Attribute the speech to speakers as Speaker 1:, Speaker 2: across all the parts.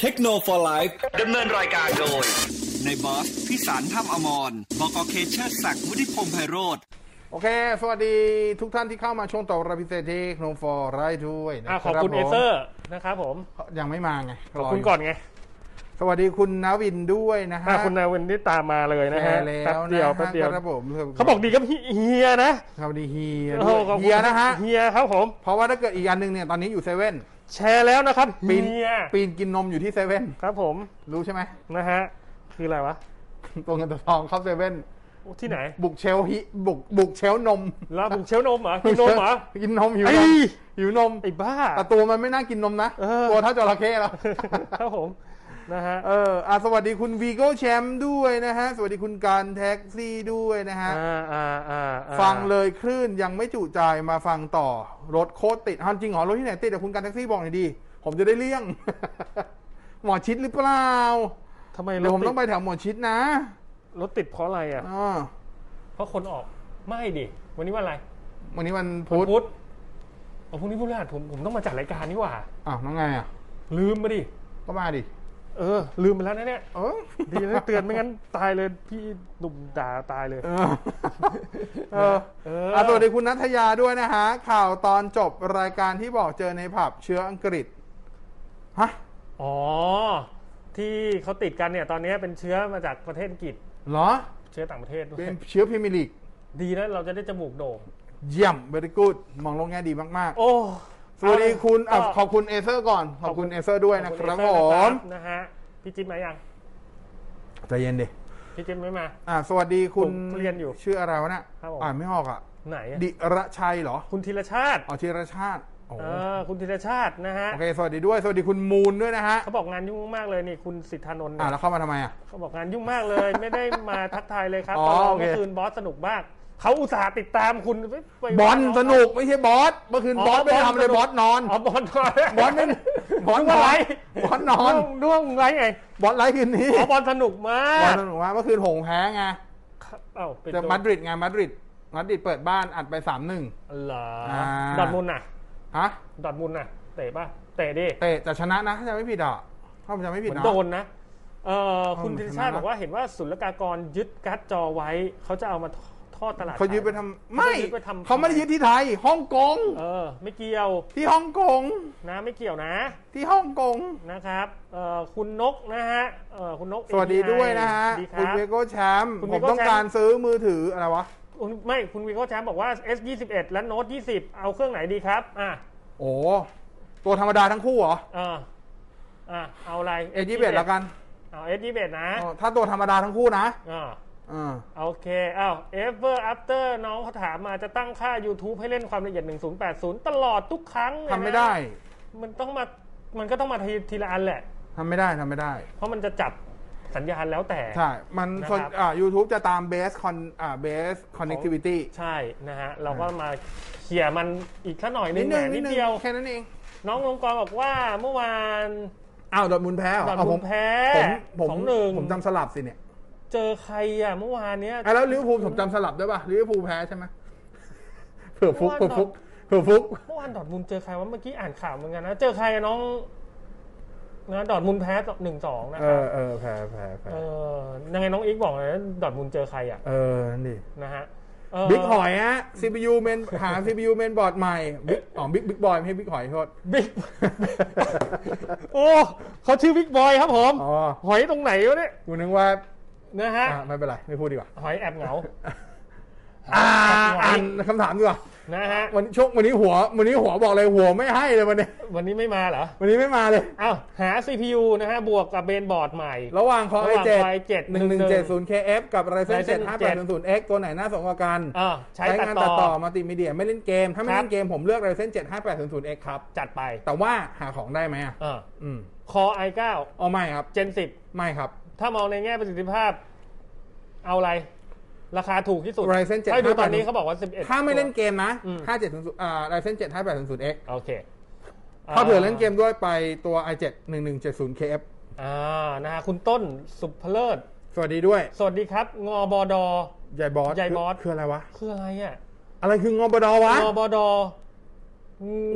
Speaker 1: เทคโนโลยีไลฟ์
Speaker 2: ดำเนินรายการโดย
Speaker 1: ในบอสพิสารถ้ำอมรบกเคเชอร์ศักดิ์วุฒิพงษ์ไพโรธ
Speaker 3: โอเค สวัสดีทุกท่านที่เข้ามาช่วงต่อรับพิเศษที่โนมฟอร์ไรด้วยนะ
Speaker 4: อ่ะ
Speaker 3: ค
Speaker 4: ข
Speaker 3: รั
Speaker 4: อ
Speaker 3: บบ
Speaker 4: คุณ
Speaker 3: ผ
Speaker 4: เอ
Speaker 3: ม
Speaker 4: เซอร์นะครับผม
Speaker 3: ยังไม่มาไง
Speaker 4: ขอบ
Speaker 3: ร
Speaker 4: คุณ
Speaker 3: ยู่
Speaker 4: ก่อนไง
Speaker 3: สวัสดีคุณนาวินด้วยนะฮะ
Speaker 4: อ่ะคุณนาวินที่ตามมาเลยนะฮะ
Speaker 3: แล้
Speaker 4: แป๊บ
Speaker 3: วนะ
Speaker 4: เดียว
Speaker 3: ฮะ
Speaker 4: แป๊บเดียว
Speaker 3: ครับผม
Speaker 4: เขาบอกดีกับเฮียนะ
Speaker 3: สวัสดีเฮีย
Speaker 4: โอ้
Speaker 3: ด้วย
Speaker 4: โหขอบคุณ
Speaker 3: เฮียนะฮะ
Speaker 4: เฮียครับผม
Speaker 3: เพราะว่าถ้าเกิดอีกอันหนึ่งเนี่ยตอนนี้อยู่เซเว่น
Speaker 4: แชร์แล้วนะครับเ
Speaker 3: ปีน
Speaker 4: ฮีย
Speaker 3: ปีนกินนมอยู่ที่เซเว่น
Speaker 4: ครับผม
Speaker 3: รู้ใช่ไหม
Speaker 4: นะฮะคืออะไรวะ
Speaker 3: ตัวเงินตัวทองเข้าเซเว่น
Speaker 4: โอ้ที่ไหน
Speaker 3: บุกเชลฮิบุกบุกเชลนม
Speaker 4: ลาบุกเชลนมเหรอกินนมเหรอ
Speaker 3: กินนมหิว
Speaker 4: ไอ้
Speaker 3: นมหิวนม
Speaker 4: ไอ้บ้า
Speaker 3: แต่ตัวมันไม่น่ากินนมนะ
Speaker 4: เออ
Speaker 3: ตัวเท่าจระเข้แล้ว
Speaker 4: ครับผมนะฮะ
Speaker 3: เอออ่ะสวัสดีคุณวีโก้แชมป์ด้วยนะฮะ สวัสดีคุณการแท็กซี่ด้วยนะฮะ
Speaker 4: อ่าอ่าอ่าอ่า
Speaker 3: ฟังเลยคลื่นยังไม่จุใจมาฟังต่อ รถโคตรติดฮันจริงเหรอรถที่ไหนติดเดี๋ยวคุณการแท็กซี่บอกหน่อยดี ผมจะได้เลี่ยง หมอชิดหรือเปล่า
Speaker 4: ทำไมร
Speaker 3: เดี๋ยว
Speaker 4: ถ
Speaker 3: ผม
Speaker 4: ติ
Speaker 3: ต้
Speaker 4: ด
Speaker 3: องไปแถวหมอชิดนะ
Speaker 4: รถติดเพราะอะไรอ่ะ
Speaker 3: อ่า
Speaker 4: เพราะคนออกไม่ดิวันนี้วันอะไร
Speaker 3: วันนี้มันพุธ
Speaker 4: พุธเอาพรุ่งนี้พฤหัสผมผมต้องมาจัดรายการนี่หว่า
Speaker 3: อ้าวน้องไงอ่ะ
Speaker 4: ลืมไปดิ
Speaker 3: ก็มาดิ
Speaker 4: เออ ลืมไปแล้วนะเนี่ย
Speaker 3: เออ
Speaker 4: ดีนะเตือนไม่งั้นตายเลยพี่หนุ่มด่าตายเลย
Speaker 3: เออ เออ
Speaker 4: เออ
Speaker 3: อ่ะสวัสดีคุณนัทยาด้วยนะฮะ ข่าวตอนจบรายการที่บอกเจอในผับเชื้ออังกฤษฮะ
Speaker 4: อ๋อ ที่เขาติดกันเนี่ย ตอนนี้เป็นเชื้อมาจากประเทศอังกฤษ
Speaker 3: เหรอ
Speaker 4: เชื้อต่างประเทศด้วย
Speaker 3: เป็นเชื้อพรีเมียร์ลีก
Speaker 4: ดีนะเราจะได้จมูกโด่ง
Speaker 3: เยี่ยมเบริกูดมองโลกแง่ดีมาก
Speaker 4: โอ้
Speaker 3: ๆ สวัสดีคุณอ่ะ
Speaker 4: ก็
Speaker 3: ขอบคุณเอเซอร์ก่อน ขอบคุณเอเซอร์ด้วยนะ
Speaker 4: ขอ
Speaker 3: ครับ
Speaker 4: ณ
Speaker 3: ผ
Speaker 4: เอเซอ
Speaker 3: ม
Speaker 4: นะนะฮะพี่จิ๊บมายัง
Speaker 3: ใจเย็นดิ
Speaker 4: พี่จิ๊บไม่มา
Speaker 3: อ่ะสวัสดีคุณ
Speaker 4: ผมเรียนอยู่
Speaker 3: ชื่ออะไรวะเนี่ย
Speaker 4: ครับผม
Speaker 3: อ่านไม่ออกอ่ะ
Speaker 4: ไหนอะ
Speaker 3: ดิระชัยเหรอ
Speaker 4: คุณธีรชาติ
Speaker 3: อ๋อธีรชาติโอ้โห
Speaker 4: เออคุณธีรชาตินะฮะ
Speaker 3: โอเค สวัสดีด้วย สวัสดีคุณมูลด้วยนะฮะ
Speaker 4: เขาบอกงานยุ่งมากเลยนี่คุณสิทธานนท์
Speaker 3: อ่ะ
Speaker 4: เนี่ย
Speaker 3: แล้วเข้ามาทำไมอ่ะ
Speaker 4: เขาบอกงานยุ่งมากเลย ไม่ได้มาทักทายเลยครับ
Speaker 3: อ๋อ
Speaker 4: ตอนเรา
Speaker 3: โอเค
Speaker 4: เมื่อคืนบอสสนุกมากเขาอุตส่าห์ติดตามคุณไปไป
Speaker 3: บอลสนุกไม่ใช่บอสเมื่อคืนบอสไม่ได้ทำเลยบอสนอน
Speaker 4: อ๋ อบอลนอน
Speaker 3: บอสไม่ บอสนอนบอสนอน
Speaker 4: ร่วงไรไง
Speaker 3: บอสไลฟ์คืนนี้
Speaker 4: อ๋อบอลสนุกมา
Speaker 3: บอล
Speaker 4: ก
Speaker 3: สนุกมากเมื่อคืนหงส์แพ้ไง
Speaker 4: ครับเอ้าเป็น
Speaker 3: จะ
Speaker 4: ตัว
Speaker 3: มาดริดไงมาดริดมาดริดเปิดบ้านอัดไปสามหนึ่ง
Speaker 4: เหรออา ดอดมุนด์น่ะ
Speaker 3: ฮะ
Speaker 4: ดอดมุนด์น่ะ เตะป่ะ เตะดิ
Speaker 3: เตะแต่ชนะนะถ้าจะไม่ผิดอ่ะถ้าผมจะไม่
Speaker 4: เห
Speaker 3: ผิด
Speaker 4: มือน
Speaker 3: นะ
Speaker 4: โดนนะเอ่อคุณ
Speaker 3: เอามั
Speaker 4: ธิ
Speaker 3: นช
Speaker 4: ร
Speaker 3: นะ
Speaker 4: ชาติบอกว่าเห็นว่าศุลกากรยึดการ์ดจอไว้ เขาจะเอามาทอดตลาด
Speaker 3: เขายึดไปทำไม่
Speaker 4: เขายึดไปทำ
Speaker 3: เขาไม่ได้ยึดที่ไทยฮ่องกง
Speaker 4: เออ ไม่เกี่ยว
Speaker 3: ที่ฮ่องกง
Speaker 4: นะไม่เกี่ยวนะ
Speaker 3: ที่ฮ่องกง
Speaker 4: นะครับเอ่อคุณนกนะฮะเอ่อคุณนก
Speaker 3: สวัสดีด้วยนะฮะ
Speaker 4: ดีค
Speaker 3: คุณ
Speaker 4: รับ
Speaker 3: เวโกแชมป์
Speaker 4: คุณ
Speaker 3: ผ
Speaker 4: เว
Speaker 3: ม
Speaker 4: โก้
Speaker 3: ต้อง
Speaker 4: แชมป์
Speaker 3: การซื้อมือถืออะไรวะ
Speaker 4: คุณไม่คุณวีโก้แชมป์บอกว่า S 2 1และ Note 20 เอาเครื่องไหนดีครับอ่ะ
Speaker 3: โอ้ตัวธรรมดาทั้งคู่เหรอ
Speaker 4: เอออ่ะเอาอะไร
Speaker 3: เอยี่เบแล้วกัน
Speaker 4: เอาเอสยี่สิบเอ็ดนะ
Speaker 3: อ๋อถ้าตัวธรรมดาทั้งคู่นะ
Speaker 4: อ่า
Speaker 3: อ่า
Speaker 4: โอเคอ้าว ever after น้องเขาถามมาจะตั้งค่า YouTube ให้เล่นความละเอียด 1080 ตลอดทุกครั้งนะฮะ
Speaker 3: ทำไม่ได้
Speaker 4: มันต้องมา มันก็ต้องมาทีทีละอันแหละ
Speaker 3: ทำไม่ได้ทำไม่ได้
Speaker 4: เพราะมันจะจับสัญญาณแล้วแต่
Speaker 3: ใช่ มันส่วน
Speaker 4: นะครับ
Speaker 3: อ่า YouTube จะตาม base con อ่า base connectivity
Speaker 4: ใช่นะฮะ เราก็มาเขี่ยมันอีกแค่หน่อยนึ
Speaker 3: นิด
Speaker 4: ง
Speaker 3: นึง
Speaker 4: แหม่
Speaker 3: นิ
Speaker 4: นิ
Speaker 3: ด
Speaker 4: ด
Speaker 3: นึง
Speaker 4: เดียว
Speaker 3: แค่นั้นเอง
Speaker 4: น้องลงกรบอกว่าเมื่อวาน
Speaker 3: อ้าวดอดมุนด์แพ้เหรอ
Speaker 4: ดอด
Speaker 3: อ้าว
Speaker 4: มุ
Speaker 3: ผ
Speaker 4: น
Speaker 3: ม
Speaker 4: ด์แพ้
Speaker 3: ผมผม
Speaker 4: สองหนึ่ง
Speaker 3: ผมจำสลับสิเนี่ย
Speaker 4: เจอใครอ่ะเมื่อวานเนี้ย
Speaker 3: อ่ะแล้วลิเวอร์พูลผมจำสลับด้วยป่ะลิเวอร์พูลแพ้ใช่ไหมเผื่อฟุก
Speaker 4: เพ
Speaker 3: เผื่อ
Speaker 4: ราะว่า
Speaker 3: ฟุกเผื่อฟุก
Speaker 4: เมื่อวานดอร์ทมุนด์เจอใครวะเมื่อกี้อ่านข่าวเหมือนกันนะ เจอใครอะน้องนะดอร์ทมุนด์แพ้หนึ่งสองนะ
Speaker 3: เออบ
Speaker 4: ครั
Speaker 3: เออแพ้แพ้แพ้
Speaker 4: เออยังไงน้องอีกบอกเลยนะดอร์ทมุนด์เจอใครอ่ะ
Speaker 3: เออนั่นดิ
Speaker 4: นะฮะเ
Speaker 3: บิ๊กหอยฮะ CPU เมนหา CPU เมนบอร์ดใหม่บิ๊กอ๋อบิ๊กบิ๊กบอยไม่ใช่บิ๊กหอยโทษ
Speaker 4: บิ๊ก โอ้เขาชื่อบิ๊กบอยครับผม
Speaker 3: อ๋อ
Speaker 4: หอยตรงไหนวะเนี่ย
Speaker 3: กูนึกว่า
Speaker 4: นะฮะ
Speaker 3: อ่ะไม่เป็นไรไม่พูดดีกว่า
Speaker 4: หอยแอบเหงา
Speaker 3: อ่า
Speaker 4: หอย
Speaker 3: อ่านคำถามดีกว่า
Speaker 4: นะฮะ
Speaker 3: วันช่วงวันนี้หัววันนี้หัวบอกเลยหัวไม่ให้เลยวันนี้
Speaker 4: วันนี้ไม่มาเหรอ
Speaker 3: วันนี้ไม่มาเลย
Speaker 4: อ้าวหา CPU นะฮะ บวกกับเบนบอร์ดใหม่
Speaker 3: ระหว่างคอ
Speaker 4: ระ
Speaker 3: ไอ
Speaker 4: หว่าง
Speaker 3: เจ็ด
Speaker 4: Core i7
Speaker 3: หนึ่งหนึ่งเจ็ดศูนย์เคเอฟกับไรเซน
Speaker 4: Ryzen
Speaker 3: เจ็ดห้าแปดศูนย์ศูนย์เอ็กตัวไหนน่าสนกว่ากัน
Speaker 4: อ่าใช้ตัด
Speaker 3: งาน
Speaker 4: ต่
Speaker 3: ตัดต่อ
Speaker 4: อ
Speaker 3: มัลติมีเดียไม่เล่นเกม ถ้าไม่
Speaker 4: ครับ
Speaker 3: เล่นเกมผมเลือกไรเซนเจ็ดห้าแปดศูนย์ศูนย์เอ็กครับ
Speaker 4: จัดไป
Speaker 3: แต่ว่าหาของได้ไหมอ่ะ
Speaker 4: อ่า
Speaker 3: อืม
Speaker 4: คอ i9
Speaker 3: อ๋อไม่ครับ
Speaker 4: Gen 10
Speaker 3: ไม่ครับ
Speaker 4: ถ้ามองในแง่ประสิทธิภาพ เอาอะไร ราคาถูกที่สุด
Speaker 3: Ryzen 7
Speaker 4: ให้ดูตอนนี้
Speaker 3: 580
Speaker 4: เขาบอกว่า 11
Speaker 3: ถ้าไม่เล่น
Speaker 4: ตัว
Speaker 3: เกมนะ
Speaker 4: อืม
Speaker 3: ห้าเจ็ดศูนย์อ่าไรเซนเจ็ดห้าแปดศูนย์ศูนย์เอ็ก
Speaker 4: โอเค
Speaker 3: ถ้าเผื่อเล่นเกมด้วยไปตัว i7 1170 KF
Speaker 4: อ่านะฮะคุณต้นสุภเลิศ
Speaker 3: สวัสดีด้วย
Speaker 4: สวัสดีครับ งอบอดอ
Speaker 3: ยายบอส
Speaker 4: ยายบอส
Speaker 3: คืออะไรวะ
Speaker 4: คืออะไรอ่ะ
Speaker 3: อะไรคืองอบดอวะ
Speaker 4: งอบอดอ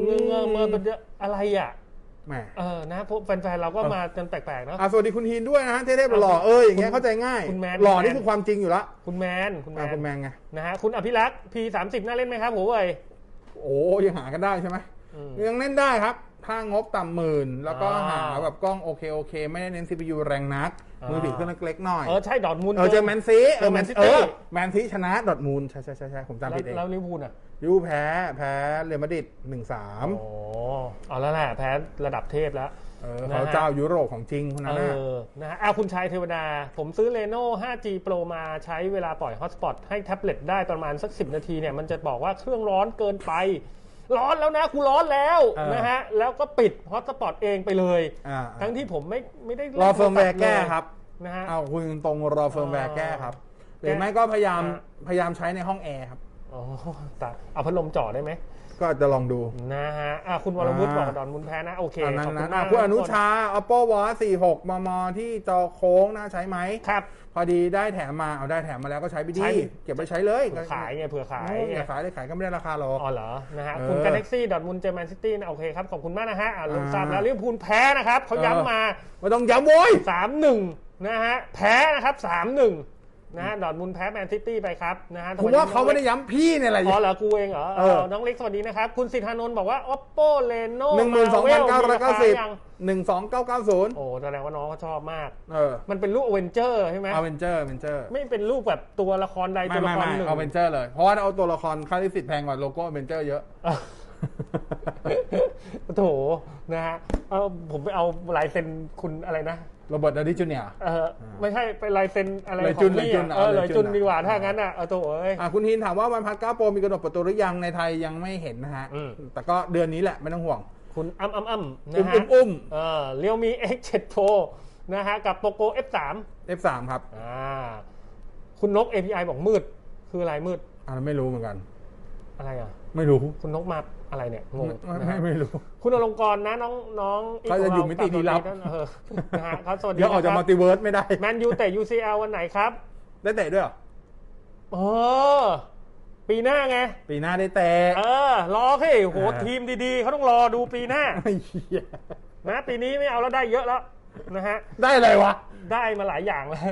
Speaker 4: เงืองเงืองเงืองอะไรอ่ะ
Speaker 3: แหม
Speaker 4: เออนะพวกแฟนๆเราก็
Speaker 3: เออ
Speaker 4: มากันแปลกๆเนาะ
Speaker 3: อ่ะสวัสดีคุณฮีนด้วยนะฮะเท่ๆหล่อๆเอออย่างเงี้ยเข้าใจง่าย
Speaker 4: คุณแมน
Speaker 3: หล่อนี่คือความจริงอยู่ละ
Speaker 4: คุณแมนคุณแม
Speaker 3: อ่ะ
Speaker 4: น
Speaker 3: คุณแมนไง
Speaker 4: นะฮะคุณอภิรักษ์ P30 น่าเล่นไหมครับหัวเว่ย
Speaker 3: โอ้ยังหากันได้ใช่ไหม
Speaker 4: อืม
Speaker 3: ยังเล่นได้ครับ ถ้างบต่ำหมื่น แล้วก็
Speaker 4: อ่า
Speaker 3: หาแบบกล้องโอเคโอเค ไม่ได้เน้น CPU แรงนัก
Speaker 4: อ่ามื
Speaker 3: มือถือเครื่องเล็กๆหน่อย
Speaker 4: เออใช่ดอร์ทมูลด์
Speaker 3: เออเจอแมนซีเออแมน
Speaker 4: ซิ
Speaker 3: เอ
Speaker 4: ตี้
Speaker 3: อแมนซีชนะดอทมูลใช่ใช่ใช่ใช่ผมจำผิดเอง
Speaker 4: แล้วลิเวอร์พูลอ่ะ
Speaker 3: ลิเวอร์พูลแพ้แพ้เรอัลมาดริดหนึ่งสาม
Speaker 4: โอ้เอาแล้วแหละแพ้ระดับเทพแล้ว
Speaker 3: เออ
Speaker 4: นะฮะ
Speaker 3: เขาเจ้ายุโรปของจริงคนนั้
Speaker 4: เอน
Speaker 3: น่ะ
Speaker 4: อ นะฮะอ่ะคุณชายเทวดา ผมซื้อ Leno 5G Pro มาใช้เวลาปล่อย Hotspot ให้แท็บเล็ตได้ประมาณสัก 10 นาทีเนี่ย มันจะบอกว่าเครื่องร้อนเกินไป ร้อนแล้วนะกูร้อนแล้วนะฮะ แล้วก็ปิด Hotspot เองไปเลย
Speaker 3: อ่า
Speaker 4: ทั้งที่ผมไม่ไม่ได้ล่น
Speaker 3: รอเฟิร์มแวร์
Speaker 4: โทศั
Speaker 3: แก้
Speaker 4: พลย
Speaker 3: ครับ
Speaker 4: นะฮะ
Speaker 3: เอาคุณตรงรอเฟิร์มแวร์แก้ครับ ห
Speaker 4: แก้
Speaker 3: รือไม่ก็พยายาม
Speaker 4: อ่า
Speaker 3: พยายามใช้ในห้องแอร์ครับ
Speaker 4: อ๋อตายเอาพัดลมจ่อได้ไหม
Speaker 3: ก็จะลองดู
Speaker 4: นะฮะอ่ะคุณวรวุฒิ
Speaker 3: อ่า
Speaker 4: บอกดอนมุนแพ้นะ โอเค
Speaker 3: ตามนั้
Speaker 4: ข
Speaker 3: น
Speaker 4: อบคุ
Speaker 3: นะ
Speaker 4: ณมา
Speaker 3: อ่ะ
Speaker 4: ก
Speaker 3: คุณอนุชา oppo watch 46 มม ที่จอโค้งน่าใช้ไหม
Speaker 4: ครับ
Speaker 3: พอดีได้แถมมา เอาได้แถมมาแล้วก็ใช้ไปดี
Speaker 4: ใช้
Speaker 3: เก็บไปใช้เลย
Speaker 4: เผื่อขายไงเผื่อขาย
Speaker 3: อืมอย่าขายเลยขายก็ไม่ได้ราคาหรอก
Speaker 4: อ๋อเหรอ นะฮะ
Speaker 3: เออ
Speaker 4: คุณกาแล็กซี่ดอทมุนเจอแมนซิตี้นะโอเคครับ ขอบคุณมากนะฮะอ่าลง
Speaker 3: อ่า
Speaker 4: ทราบแล้วลิเวอร์พูลแพ้นะครับ เขา
Speaker 3: เออ
Speaker 4: ย้ำมา
Speaker 3: ไม่ต้องย้ำโว้ย
Speaker 4: 3-1 นะฮะ แพ้นะครับ 3-1 นะฮะดอทมุนแพ้แมนซิตี้ไปครับ นะฮะ
Speaker 3: ผมว่าเขาไม่ได้ย้ำพี่เนี่ยแหละ
Speaker 4: อ๋อเหรอ กูเองเหรอ
Speaker 3: เออ
Speaker 4: น้องเล็กสวัสดีนะครับ คุณสิทธานนท์บอกว่า oppo reno
Speaker 3: หนึ่งหมื่นสองพันเก้าร้อยเก้าสิบ
Speaker 4: ยัง
Speaker 3: หนึ่งสองเก้าเก้าศูนย์
Speaker 4: โอ้แสดงว่าน้องเขาชอบมาก
Speaker 3: เออ
Speaker 4: มันเป็นรูปอเวนเจอร์ใช่ไหม
Speaker 3: เอาเวนเจอร์เวนเจอร์
Speaker 4: ไม่เป็นรูปแบบตัวละครใด
Speaker 3: ไม่
Speaker 4: ตัวละ
Speaker 3: ไม่
Speaker 4: คร
Speaker 3: ไม่
Speaker 4: หนึ่ง
Speaker 3: เอาเวนเจอร์เลย เพราะว่าถ้าเอาตัวละครค่าลิขสิทธิ์แพงกว่าโลโก้เวนเจอร์เยอะ
Speaker 4: อ่ะ โถนะฮะเอาผมไปเอาลายเซ็นคุณอะไรนะ
Speaker 3: โรเบิร์ตดานิจูเนียร์
Speaker 4: เออไม่ใช่เป็นลายเซ็นอะไร
Speaker 3: ลาย
Speaker 4: ขอ
Speaker 3: จุ
Speaker 4: ง
Speaker 3: น
Speaker 4: พี่
Speaker 3: ลายจุน
Speaker 4: อะ
Speaker 3: เอา
Speaker 4: เออ
Speaker 3: ลาย
Speaker 4: ลาย
Speaker 3: จุ
Speaker 4: จุน
Speaker 3: น
Speaker 4: ดีกว่า
Speaker 3: อ่ะ
Speaker 4: ถ้างั้นอ่ะเอาตัวเอ้ย
Speaker 3: อ่ะคุณฮินถามว่าวันพัดเก้าโปรมีกระดกประตูหรือยังในไทยยังไม่เห็นนะฮะ
Speaker 4: อืม
Speaker 3: แต่ก็เดือนนี้แหละไม่ต้องห่วง
Speaker 4: คุณอ้ำอ้ำอ้ำนะ
Speaker 3: อุ้ม
Speaker 4: ฮะ
Speaker 3: อุ้มอุ้ม
Speaker 4: เออเรียวมี X7 Pro นะฮะ กับ POCO F3
Speaker 3: F3 ครับ
Speaker 4: อ่าคุณนก API บอกมืด คืออะไรมืด
Speaker 3: อ่าไม่รู้เหมือนกัน
Speaker 4: อะไรอ่ะ
Speaker 3: ไม่รู้
Speaker 4: คุณนกมาอะไรเนี่ย งง
Speaker 3: ไม่
Speaker 4: นะ
Speaker 3: ไม่
Speaker 4: ฮะ
Speaker 3: ไม่รู้
Speaker 4: คุณอลงกรณ์นะน้องน้องก
Speaker 3: เขาจะ
Speaker 4: ขงร
Speaker 3: อยู่มิติลี้ลับ
Speaker 4: เออนะฮะครับสวัสดี
Speaker 3: เดี๋ยวออกจากมัลติเวิร์สไม่ได้
Speaker 4: แมนยูเตะ UCL วันไหนครับ
Speaker 3: ได้เตะด้วยเหรอ
Speaker 4: เออปีหน้าไง
Speaker 3: ปีหน้าได้เตะ
Speaker 4: เออ รอสิโห
Speaker 3: อ่า
Speaker 4: ทีมดีๆ เขาต้องรอดูปีหน้า
Speaker 3: ไอ้เหี้ย
Speaker 4: นะปีนี้ไม่เอาแล้วได้เยอะแล้วนะฮะ
Speaker 3: ได้อะไรวะ
Speaker 4: ได้มาหลายอย่างแล้ว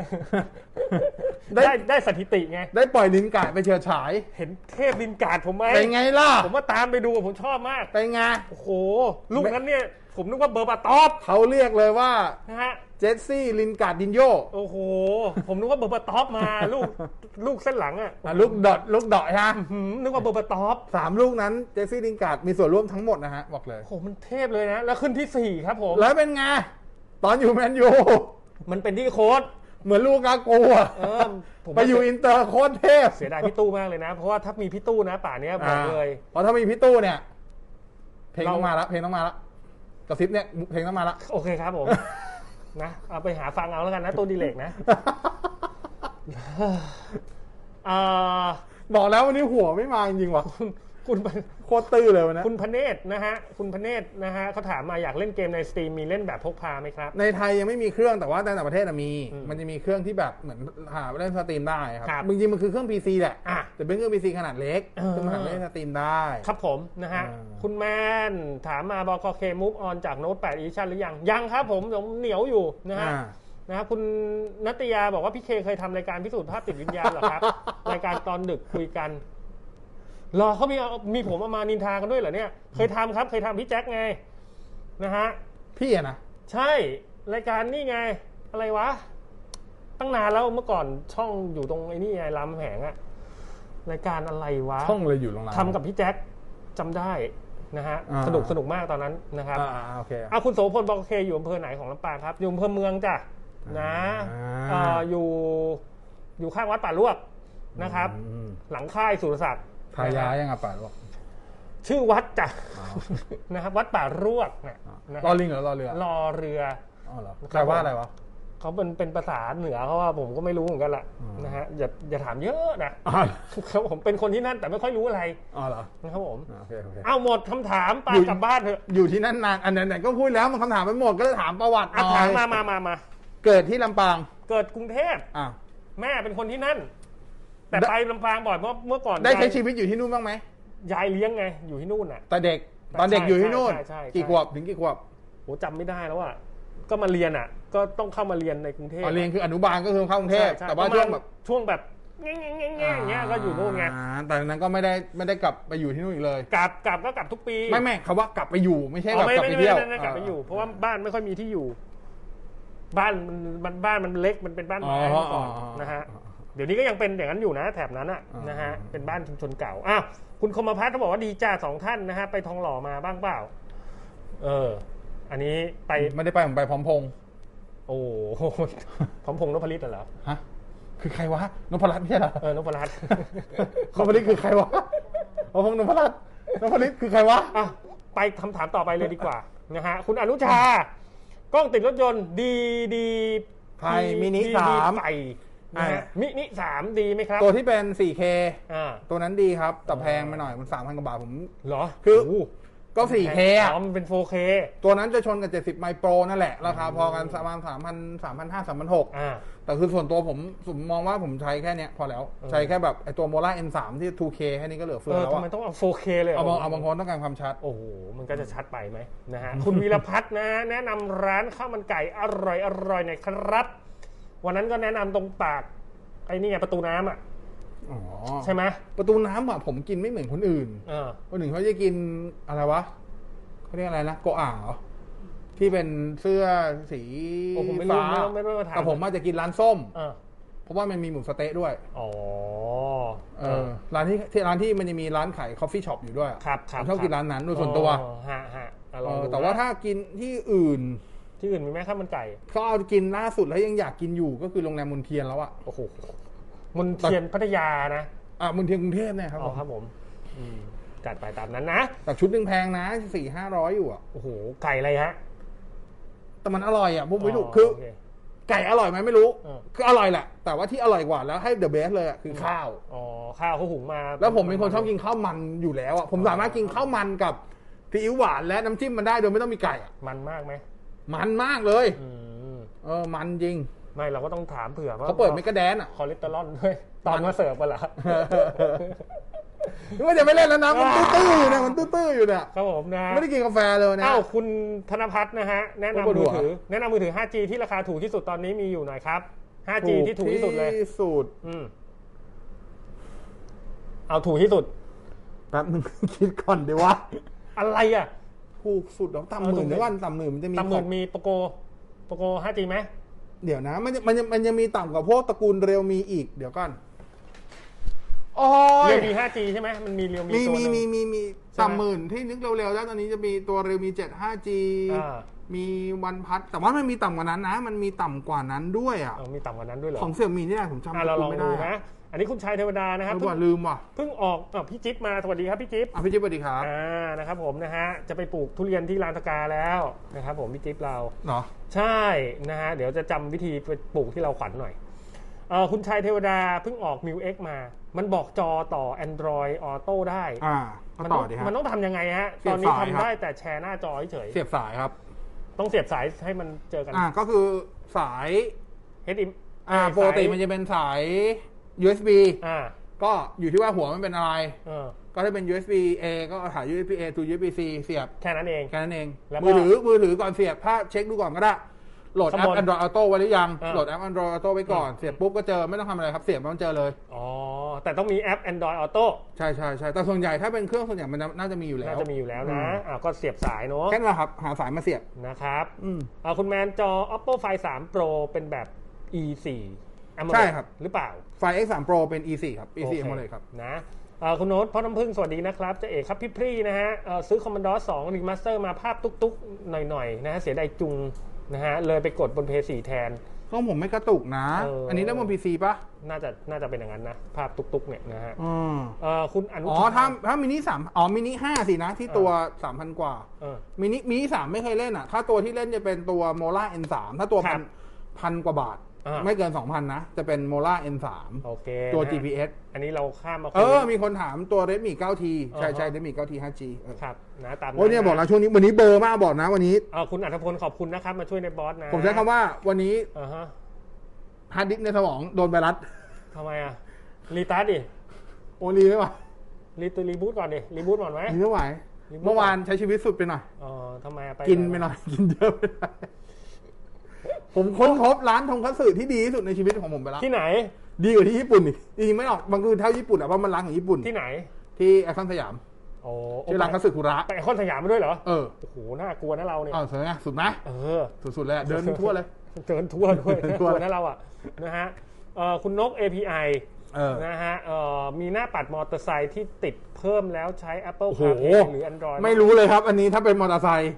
Speaker 3: ได้
Speaker 4: ได้ได้สถิติไง
Speaker 3: ได้ปล่อยลินกาดไปเชือฉาย
Speaker 4: เห็นเทพดินการ์ดผมไหม
Speaker 3: เป็นไงล่ะ
Speaker 4: ผมว่าตามไปดูผมชอบมาก
Speaker 3: เป็นไง
Speaker 4: โอ้โห ลูกนั้นเนี่ย ผมนึกว่าเบอร์บาตอฟ
Speaker 3: เขาเรียกเลยว่า
Speaker 4: นะฮะ
Speaker 3: เจสซี่ลินการ์ดดินโย
Speaker 4: โอ้โห ผมนึกว่าเบอร์บาตอฟมา ลูก ลูกเส้นหลังอ่ะ
Speaker 3: อ่ะลูกดอดลูกดอดฮะ
Speaker 4: หืมนึกว่าเบอร์บาตอฟ
Speaker 3: สามลูกนั้นเจสซี่ลินการ์ดมีส่วนร่วมทั้งหมดนะฮะบอกเลย
Speaker 4: โอ้โหมันเทพเลยนะ แล้วขึ้นที่สี่ครับผม
Speaker 3: แล้วเป็นไง ตอนอยู่แมนยู
Speaker 4: มันเป็นที่โค้ด
Speaker 3: เหมือนลูกกาโกอะ
Speaker 4: เออผมว่า
Speaker 3: ไปอยู่อินเตอร์โคตรเทพ
Speaker 4: เสียดายพี่ตู้มากเลยนะ เพราะว่าถ้ามีพี่ตู้นะ ป่านเนี้ยบอกเลย
Speaker 3: เพราะถ้ามีพี่ตู้เนี่ย เพลง
Speaker 4: เรา
Speaker 3: ต้องมาละเพลงต้องมาละกระซิบเนี่ยเพลงต้องมาละ
Speaker 4: โอเคครับผม นะเอาไปหาฟังเอาแล้วกันนะ ตัวดีเลกนะเอ่อ
Speaker 3: บอกแล้ววันนี้หัวไม่มาจริงๆว่ะ
Speaker 4: คุณ
Speaker 3: โคตรตื้อเลยวันนี้
Speaker 4: คุณพเนศนะฮะ คุณพเนศนะฮะเขาถามมาอยากเล่นเกมในสตรีมมีเล่นแบบพกพาไหมครับ
Speaker 3: ในไทยยังไม่มีเครื่องแต่ว่าในต่างประเทศอะมี
Speaker 4: อืม
Speaker 3: มันจะมีเครื่องที่แบบเหมือนหาเล่นสตรีมได้ครับ
Speaker 4: ครับ
Speaker 3: จริงๆมันคือเครื่อง PC แหละ
Speaker 4: อ่ะ
Speaker 3: แต่เป็นเครื่อง PC ขนาดเล็ก
Speaker 4: เออ
Speaker 3: ซึ่งมันหาเล่นสตรีมได้
Speaker 4: ครับผมนะฮะ
Speaker 3: อ่า
Speaker 4: คุณแมนถามมาบอกเคมูฟออนจากโน้ต8 Edition หรือยัง ยังครับผมผมเหนียวอยู่นะฮะ
Speaker 3: อ่า
Speaker 4: นะครับคุณนัตยาบอกว่าพี่เคเคยทำรายการพิสูจน์ภาพติดวิญญาณเหรอ ครับ รายการตอนดึกคุยกันเหรอเขามีเอามีผมเอามานินทากันด้วยเหรอเนี่ย เคยทำครับ เคยทำพี่แจ็คไงนะฮะ
Speaker 3: พี่อะนะ
Speaker 4: ใช่รายการนี่ไง อะไรวะ ตั้งนานแล้วเมื่อก่อนช่องอยู่ตรงไอ้นี่ไงรามคำแหงอะรายการอะไรวะ
Speaker 3: ช่องเลยอยู่ลงหลัง
Speaker 4: ทำกับพี่แจ็คจำได้นะฮะ
Speaker 3: อ่า
Speaker 4: สนุกสนุกมากตอนนั้นนะครับ
Speaker 3: อ่าอ่าโอเคอ่ะ
Speaker 4: อ่ะคุณโสพลบอกโอเคอยู่อำเภอไหนของลำปางครับ อยู่อำเภอเมืองจ้ะนะ
Speaker 3: อ่า
Speaker 4: เอ่ออยู่อยู่ข้างวัดป่าลวกนะครับ
Speaker 3: อืม
Speaker 4: หลังค่ายสุรศักดิ์
Speaker 3: ทายายังอ่ะป่าบอก
Speaker 4: ชื่อวัดจ้ะ นะครับ วัดป่าลวกนะนะ
Speaker 3: รอลิงเหรอรอเรือ
Speaker 4: รอเรือ
Speaker 3: อ๋อเหรอ
Speaker 4: ครับ
Speaker 3: แปลว่าอะไรวะ
Speaker 4: เขาเป็นเป็นภาษาเหนือเขาว่าผมก็ไม่รู้เหมือนกันละ
Speaker 3: อืม
Speaker 4: นะฮะอย่าอย่าถามเยอะนะ
Speaker 3: อ๋อ
Speaker 4: ครับผมเป็นคนที่นั่นแต่ไม่ค่อยรู้อะไร
Speaker 3: เหรอ
Speaker 4: นะครับผม
Speaker 3: โอเคโอเค
Speaker 4: เอาหมดคำถามไปกลับบ้านเถอะ
Speaker 3: อยู่ที่นั่นนานอันไหนๆก็พูดแล้วมันคำถามมันหมดก็เลยถามประวัติห
Speaker 4: อ่ะ
Speaker 3: น่อ
Speaker 4: ถาม
Speaker 3: ย
Speaker 4: มามามามา
Speaker 3: เกิดที่ลำปาง
Speaker 4: เกิดกรุงเทพ
Speaker 3: อ่ะ
Speaker 4: แม่เป็นคนที่นั่น แต่ไปลำปางบ่อยเพราะเมื่อก่อน
Speaker 3: ได้ใช้
Speaker 4: ยาย
Speaker 3: ชีวิตอยู่ที่นู่นบ้างไหม
Speaker 4: ยายเลี้ยงไง อยู่ที่นู่นน่ะ
Speaker 3: แต่เด็กตอนเด็ก
Speaker 4: ใช่
Speaker 3: อยู่ที่นู่น
Speaker 4: ใช่ใช่ใช่
Speaker 3: กี่ขวบถึงกี่ขวบ
Speaker 4: โหจำไม่ได้แล้วอ่ะก็มาเรียนอ่ะ ก็ต้องเข้ามาเรียนในกรุงเทพ
Speaker 3: อ๋อเรียนคืออนุบาลก็คือเข้ากรุงเทพ
Speaker 4: ใช่ใช่
Speaker 3: แต่ว่า
Speaker 4: ประมณ
Speaker 3: ช่วงแบบ
Speaker 4: ช่วงแบบแง่ๆๆๆอย่างเงี้ยก็อยู่นู่นไง
Speaker 3: อ่าแต่นั้นก็ไม่ได้ไม่ได้กลับไปอยู่ที่นู่นอีกเลย
Speaker 4: กลับกลับก็กลับทุกปี
Speaker 3: ไม่ไม่คำว่ากลับไปอยู่ไม่ใช่แบบ
Speaker 4: อ๋อก
Speaker 3: ลับไปเที่ยว
Speaker 4: ม่ม่ม่ม่ม่กลับไปอยู่ เพราะว่าบ้านไม่ค่อยมีที่อยู่ บ้านมันมันบ้านมันเล็กมันเป็นบ้านไม้เมื่อก่อนนะฮะเดี๋ยวนี้ก็ยังเป็นอย่างนั้นอยู่นะ แถบนั้นอ่ะนะฮะเป็นบ้านชุมชนเก่าอ้าวคุณคมพัฒน์เขาบอกว่าดีจ้าสองท่านนะฮะไปทองหล่อมาบ้างเปล่า เออ อันนี้ไป
Speaker 3: ไม่ได้ไปผมไปพร้อมพงษ์
Speaker 4: โอ้โหพร้อมพงษ์นพลิตเหรอ
Speaker 3: ฮะคือใครวะนพรัตน์ไม่ใช่เหรอ
Speaker 4: เออนพรัตน์
Speaker 3: นพรัตน์คือใครวะพร้อมพงษ์นพรัตน์นพรัตน์คือใครวะ
Speaker 4: อ่ะไปคำถามต่อไปเลยดีกว่า นะฮะคุณอนุชากล้องติดรถยนต์ดีดี
Speaker 3: ไทยมินิ
Speaker 4: ดี
Speaker 3: สาม
Speaker 4: ดีไฟนะฮะ
Speaker 3: อ่า
Speaker 4: มินิสามดีไหมครับ
Speaker 3: ตัวที่เป็น 4K
Speaker 4: อ่า
Speaker 3: ตัวนั้นดีครับ แต่แพงไปหน่อยมัน3,000กว่าบาทผม
Speaker 4: เหรอ
Speaker 3: คือ
Speaker 4: โโห
Speaker 3: ก็ 4K อ่ะ
Speaker 4: อ๋อมันเป็น 4K
Speaker 3: ตัวนั้นจะชนกับ 70 ไมโครนั่นแหละ ราคาพอกันประมาณ3,000 3,500 3,600
Speaker 4: อ่า
Speaker 3: แต่คือส่วนตัวผมผมมองว่าผมใช้แค่เนี้ยพอแล้ว
Speaker 4: เออ
Speaker 3: ใช้แค่แบบไอตัว m o ล่า N3 ที่ 2K แค่นี้ก็เหลือเฟื
Speaker 4: เอ
Speaker 3: อ
Speaker 4: อ
Speaker 3: แล้ว
Speaker 4: ทำ
Speaker 3: อะ
Speaker 4: ไมต้องเอา 4K เลยหร
Speaker 3: เอาบางเอาบางคนต้องการความชัด
Speaker 4: โอ้โห มันก็จะชัดไปไหมนะฮะ คุณวีรพัฒน์นะฮะแนะนำร้านข้าวมันไก่อร่อยอร่อยหน่อยครับ วันนั้นก็แนะนำตรงปากไอ้นี่ไงประตูน้ำอ่ะ
Speaker 3: อ๋อ
Speaker 4: ใช่ไหม
Speaker 3: ประตูน้ำอ่ะผมกินไม่เหมือนคนอื่น
Speaker 4: เออ
Speaker 3: คนอื่นเขาจะกินอะไรวะเขาเรียกอะไรนะโกอ่างเหรอที่เป็นเสื้อสี
Speaker 4: โอ้ผมไม่รู้
Speaker 3: ฟ้า
Speaker 4: ไม่รู้ไม่รู้มาถาม
Speaker 3: แต่ผมอาจจะกินร้านส้ม
Speaker 4: เออ
Speaker 3: เพราะว่ามันมีหมูสะเต๊ะด้วย
Speaker 4: อ๋อ
Speaker 3: เออร้านที่ที่ร้านที่มันจะมีร้านขายคอฟฟี่ช็อปอยู่ด้วยอะ
Speaker 4: ครับค
Speaker 3: ผ
Speaker 4: รับ
Speaker 3: มชอบกิน
Speaker 4: คบ
Speaker 3: ร้านนั้นโดยส่วนตัว
Speaker 4: อ๋อฮะฮะอ่ะล
Speaker 3: เอ
Speaker 4: อง
Speaker 3: อ
Speaker 4: ดู
Speaker 3: แต่ว่า
Speaker 4: นะ
Speaker 3: ถ้ากินที่อื่น
Speaker 4: ที่อื่นมีไหมข้าวมันไก่
Speaker 3: ก็เอากินล่าสุดแล้วยังอยากกินอยู่ก็คือโรงแรมมนเทียนแล้วอะ
Speaker 4: โอ้โหมนเทียนพัทยานะ
Speaker 3: อ่ะมนเทียนกรุงเทพเนี่ยครับ
Speaker 4: อ๋อครับผมอืมจัดไปตามนั้นนะ
Speaker 3: แต่ชุดหนึ่งแพงนะสี่ห้าร้อยอยู่อะ
Speaker 4: โอ้โห ไก่อะไรฮะ
Speaker 3: แต่มันอร่อยอะผมไม่ถูก
Speaker 4: อ๋อ
Speaker 3: คือ
Speaker 4: โเ
Speaker 3: ไก่อร่อยไหมไม่รู้
Speaker 4: เออ
Speaker 3: คืออร่อยแหละ แต่ว่าที่อร่อยกว่าแล้วให้เดอะเบสเลยอะคือข้าว
Speaker 4: อ๋อ ข้าวเขาหุงมา
Speaker 3: แล้วผมเป็นคนชอบกินข้าวมันอยู่แล้วอะผมสามารถกินข้าวมันกับซีอิ๊วหวานและน้ำจิ้มมันได้โดยไม่ต้องมีไก่อะ
Speaker 4: มันมากไหม
Speaker 3: มันมากเลย
Speaker 4: อืม
Speaker 3: เออมันจริง
Speaker 4: ไม่เราก็ต้องถามเผื่อว่า
Speaker 3: เขาเปิดไม่กระแดนอะ
Speaker 4: คอเลสเตอรอลด้วยตอนมาเสิร์ฟกันเหร อ
Speaker 3: นี่ว่าจะไม่เล่น แล้วนะมันตื้อๆอยู่เนี่ยมันตื้อๆอยู่เนี่ย
Speaker 4: ครับผมนะ
Speaker 3: ไม่ได้กินกาแฟเลยนะ
Speaker 4: อ้าวคุณธนพัฒน์นะฮะ แนะ
Speaker 3: ผมก็
Speaker 4: นำ
Speaker 3: ดู
Speaker 4: มือ
Speaker 3: อะ
Speaker 4: ถือ แนะนำมือถือ 5G ที่ราคาถูกที่สุดตอนนี้มีอยู่หน่อยครับ 5G ที่ถูกที่สุดเลย
Speaker 3: ที่สุด
Speaker 4: อืมเอาถูกที่สุด
Speaker 3: แป๊บนึง คิดก่อนดีวะ
Speaker 4: อะไรอ่ะ
Speaker 3: ถูกสุดเหรอต่ำ
Speaker 4: เอ
Speaker 3: ห
Speaker 4: อถู
Speaker 3: มื่น
Speaker 4: ก
Speaker 3: เดี๋ยวก่อนต่ำหมื่นมันจะมี
Speaker 4: ตำหมื่
Speaker 3: ข
Speaker 4: น
Speaker 3: อง
Speaker 4: มีโปโกโปโก 5G ไหม
Speaker 3: เดี๋ยวนะ มันจะมันจะมันจะมีต่ำกว่าพวกตระกูลเรียวมีอีกเดี๋ยวก่อนโอ้ย
Speaker 4: เรียวมี 5G ใช่ไหมมันมีเรียวมี
Speaker 3: มี
Speaker 4: ตัว
Speaker 3: มี
Speaker 4: หนึ
Speaker 3: มี
Speaker 4: ง
Speaker 3: มีมี
Speaker 4: ใช่ไหม
Speaker 3: ต่ำหมื่นที่นึกเร็วๆแล้วตอนนี้จะมีตัวเรียวมีเจ็ด 5G
Speaker 4: อ่า
Speaker 3: มีวันพัด แต่ว่ามันมีต่ำกว่านั้นนะ มันมีต่ำกว่านั้นด้วยอ่ะ
Speaker 4: เอามีต่ำกว่านั้นด้วยเหรอ
Speaker 3: ของเสี่ยมีนี่แหละผมจำ
Speaker 4: อ่ะ
Speaker 3: ต
Speaker 4: เรา
Speaker 3: ระกูล
Speaker 4: ลอง
Speaker 3: ไม่
Speaker 4: ดู
Speaker 3: ได้อะ
Speaker 4: นะ อันนี้คุณชายเทวดานะครับ
Speaker 3: ไม่
Speaker 4: เพิ่
Speaker 3: ว่าง ลืมว่ะ
Speaker 4: เพิ่งออกอ่ะพี่จิ๊บมาสวัสดีครับพี่จิ๊บ
Speaker 3: อ่ะพี่จิ๊บสวัสดีครับ
Speaker 4: อ่านะครับผมนะฮะ จะไปปลูกทุเรียนที่ลานตะกาแล้วนะครับผมพี่จิ๊บเรา
Speaker 3: เนาะ
Speaker 4: ใช่นะฮะเดี๋ยวจะจำวิธีไปปลูกที่เราขวัญหน่อยเออคุณชายเทวดาเพิ่งออก m ิวเอ็กมา มันบอกจอต่อ Android Auto ได้
Speaker 3: อ่าก็
Speaker 4: มั
Speaker 3: ต่
Speaker 4: ต้
Speaker 3: อ
Speaker 4: อง
Speaker 3: ดีครับ
Speaker 4: มันต้องทำยังไงฮะ
Speaker 3: เสี
Speaker 4: ต
Speaker 3: ยบ
Speaker 4: อนนี้
Speaker 3: สายครั
Speaker 4: ทำ
Speaker 3: บ
Speaker 4: ได้แต่แชร์หน้าจอเฉย
Speaker 3: เสียบสายครับ
Speaker 4: ๆต้องเสียบสายให้มันเจอกัน
Speaker 3: อ่าก็คือสาย
Speaker 4: HDMI
Speaker 3: อ่า
Speaker 4: สาย
Speaker 3: ปกติมันจะเป็นสาย USB
Speaker 4: อ่า
Speaker 3: ก็อยู่ที่ว่าหัวมันเป็นอะไร
Speaker 4: เออ
Speaker 3: ก็ถ้าเป็น USB A ก็เอาถ่าย USB A to USB C เสียบ
Speaker 4: แค่นั้นเอง
Speaker 3: แค่นั้นเอง
Speaker 4: แล้วก็
Speaker 3: มือถือมือถือก่อนเสียบถ้าเช็คดูก่อนก็ได้ โหลดแอ
Speaker 4: ข้าง
Speaker 3: ป
Speaker 4: บน
Speaker 3: Android Auto ไว้หรือยัง
Speaker 4: อ่า
Speaker 3: โหลดแอป Android Auto ไว้ก่อน เสียบปุ๊บก็เจอไม่ต้องทำอะไรครับ เสียบแล้วมันเจอเลย
Speaker 4: อ๋อ แต่ต้องมีแอป Android Auto
Speaker 3: ใช่ใช่ใช่แต่ส่วนใหญ่ถ้าเป็นเครื่องส่วนใหญ่มันน่าจะมีอยู่แล้
Speaker 4: น่าวจะมีอยู่แล้วนะอ่าก็เสียบสายเนอะ
Speaker 3: แค่นั้นแหละครับ หาสายมาเสียบ
Speaker 4: นะครับ
Speaker 3: อืม
Speaker 4: เอาคุณแมนจอ Oppo Find 3 Pro เป็นแบบ E4 AMOLED
Speaker 3: ใช่ครับ
Speaker 4: หรือเปล่า
Speaker 3: ไฟ X3 Pro เป็น E4 ครับ E4
Speaker 4: โอ
Speaker 3: หมดเลยครับ
Speaker 4: นะเอ่อคุณโน้ตพ่อน้ำพึ่งสวัสดีนะครับเจะเอกครับพี่พรีนะฮะเอ่อซื้อคอมมานโดสองรีมาสเตอร์มาภาพตุ๊กๆ หน่อยๆนะฮะเสียดายจุงนะฮะเลยไปกดบนเพย์สีแทน
Speaker 3: กล้องผมไม่กระตุกนะ
Speaker 4: เอออั
Speaker 3: อันนี้ได้บนพีซีปะ
Speaker 4: น่าจะน่าจะเป็นอย่างนั้นนะ ภาพตุ๊กๆเนี่ยนะฮะ
Speaker 3: อืม
Speaker 4: เอ่อคุณอนุ
Speaker 3: อ๋อถ้าถ้ามินิสามอ๋อ มินิห้าสินะ ที่ตัวสามพันกว่า
Speaker 4: เออ
Speaker 3: มินิ มินิสามไม่เคยเล่นอ่ะ ถ้าตัวที่เล่นจะเป็นตัวโมล่าเอ็นสามถ้าตัวพัน
Speaker 4: ครับ
Speaker 3: พันกว่าบาท
Speaker 4: อ่า
Speaker 3: ไม่เกินสองพันนะ จะเป็นโมล่าเอ็นสาม
Speaker 4: โอเค
Speaker 3: ตัว
Speaker 4: นะฮะ
Speaker 3: GPS
Speaker 4: อันนี้เราข้ามมาคุ
Speaker 3: เอย อ มีคนถามตัวเรดมี่ 9T ใช่
Speaker 4: อ่าฮะ
Speaker 3: ใช่เรดมี่ 9T 5G เออ
Speaker 4: ครับนะตาม
Speaker 3: โอ้ยเนี่ย
Speaker 4: ะ
Speaker 3: บอกแล้วช่วงนี้วันนี้เบอร์มากบอกนะวันนี้
Speaker 4: เอ่อคุณอัธพลขอบคุณนะครับ มาช่วยในบอสนะ
Speaker 3: ผมใช้คำว่าวันนี้
Speaker 4: อ่าฮะ
Speaker 3: ฮาร์ดดิสก์ในสมองโดนไวรัส
Speaker 4: ทำไมอ่ะรีตาร์ทดิ
Speaker 3: โอรีไม่ไหว
Speaker 4: รีรีบูตก่อนดิรีบูตก่อนไหม
Speaker 3: รีไม่ไหว เมื่อวานใช้ชีวิตสุดไปหน่อย
Speaker 4: อ๋อทำไมไป
Speaker 3: กินไปหน่อย กินเยอะไปหน่อยผมค้นพบร้านทงคัตสึที่ดีที่สุดในชีวิตของผมไปแล้ว
Speaker 4: ที่ไหน
Speaker 3: ดีกว่าที่ญี่ปุ่นอีกจริงๆไม่ออกบางคือเท่าญี่ปุ่นอ่ะเพราะมันร้านของญี่ปุ่น
Speaker 4: ที่ไหน
Speaker 3: ที่แอคชั่นสยาม
Speaker 4: โอ้
Speaker 3: ชื่อร้านคัตสึคุระ
Speaker 4: ไปคอนสยามมาด้วยเหรอ
Speaker 3: เออ
Speaker 4: โอ้โหน่ากลัวนะเราเนี่ย
Speaker 3: เอาสวยไงสุดนะ
Speaker 4: เออ
Speaker 3: สุดๆเลยอะเดินทั่วเลย
Speaker 4: เดินทั่วด้วย
Speaker 3: เดิน
Speaker 4: น่า
Speaker 3: ทั่
Speaker 4: ก
Speaker 3: ว
Speaker 4: ลัวนะเราอ่ะนะฮะเอ่อคุณนก API
Speaker 3: เออ
Speaker 4: นะฮะเอ่อมีหน้าปัดมอเตอร์ไซค์ที่ติดเพิ่มแล้วใช้ Apple
Speaker 3: โอ้โห
Speaker 4: CarPlay หรือ Android
Speaker 3: ไม่รู้เลยครับ อันนี้ถ้าเป็นมอเตอร์ไซค์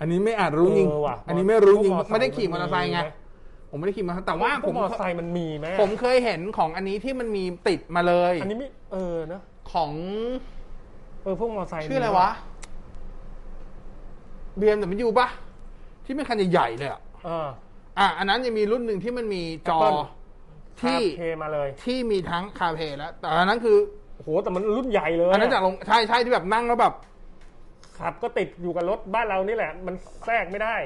Speaker 3: อันนี้ไม่อาจรู้จริง
Speaker 4: เออว่ะ
Speaker 3: อันนี้ไม่รู้จริง
Speaker 4: พวกมอเตอร์ไซค์
Speaker 3: ไม่ได้ขี่มอเตอร์ไซค์ไงผ
Speaker 4: มันมีไห
Speaker 3: มไม่ได้ขี่มอเตอร์ไซค์แต่ว่า
Speaker 4: พ
Speaker 3: ผ
Speaker 4: วก
Speaker 3: ม
Speaker 4: มอเตอร์ไซค์มันมีไหมอะ
Speaker 3: ผมเคยเห็นของอันนี้ที่มันมีติดมาเลย
Speaker 4: อันนี้ไม่เออนะ
Speaker 3: ของ
Speaker 4: เออพวกมอเตอร์ไซค์
Speaker 3: ชื่ออะไรวะเบียมแต่มันอยู่ปะที่เป็นคันใหญ่ๆเลยอะ
Speaker 4: เออ
Speaker 3: อ่ะอันนั้นจะมีรุ่นหนึ่งที่มันมีจอ
Speaker 4: Apple ที่
Speaker 3: ที่
Speaker 4: เทมาเลย
Speaker 3: ที่มีทั้งคาเพย์แล้วแต่อันนั้นคือ
Speaker 4: โอ้โหแต่มันรุ่นใหญ่เลย
Speaker 3: อันนั้นจากลงใช่ใช่ที่แบบนั่งแล้วแบบ
Speaker 4: ขับก็ติดอยู่กับรถบ้านเรานี่แหละ มันแทรกไม่ได้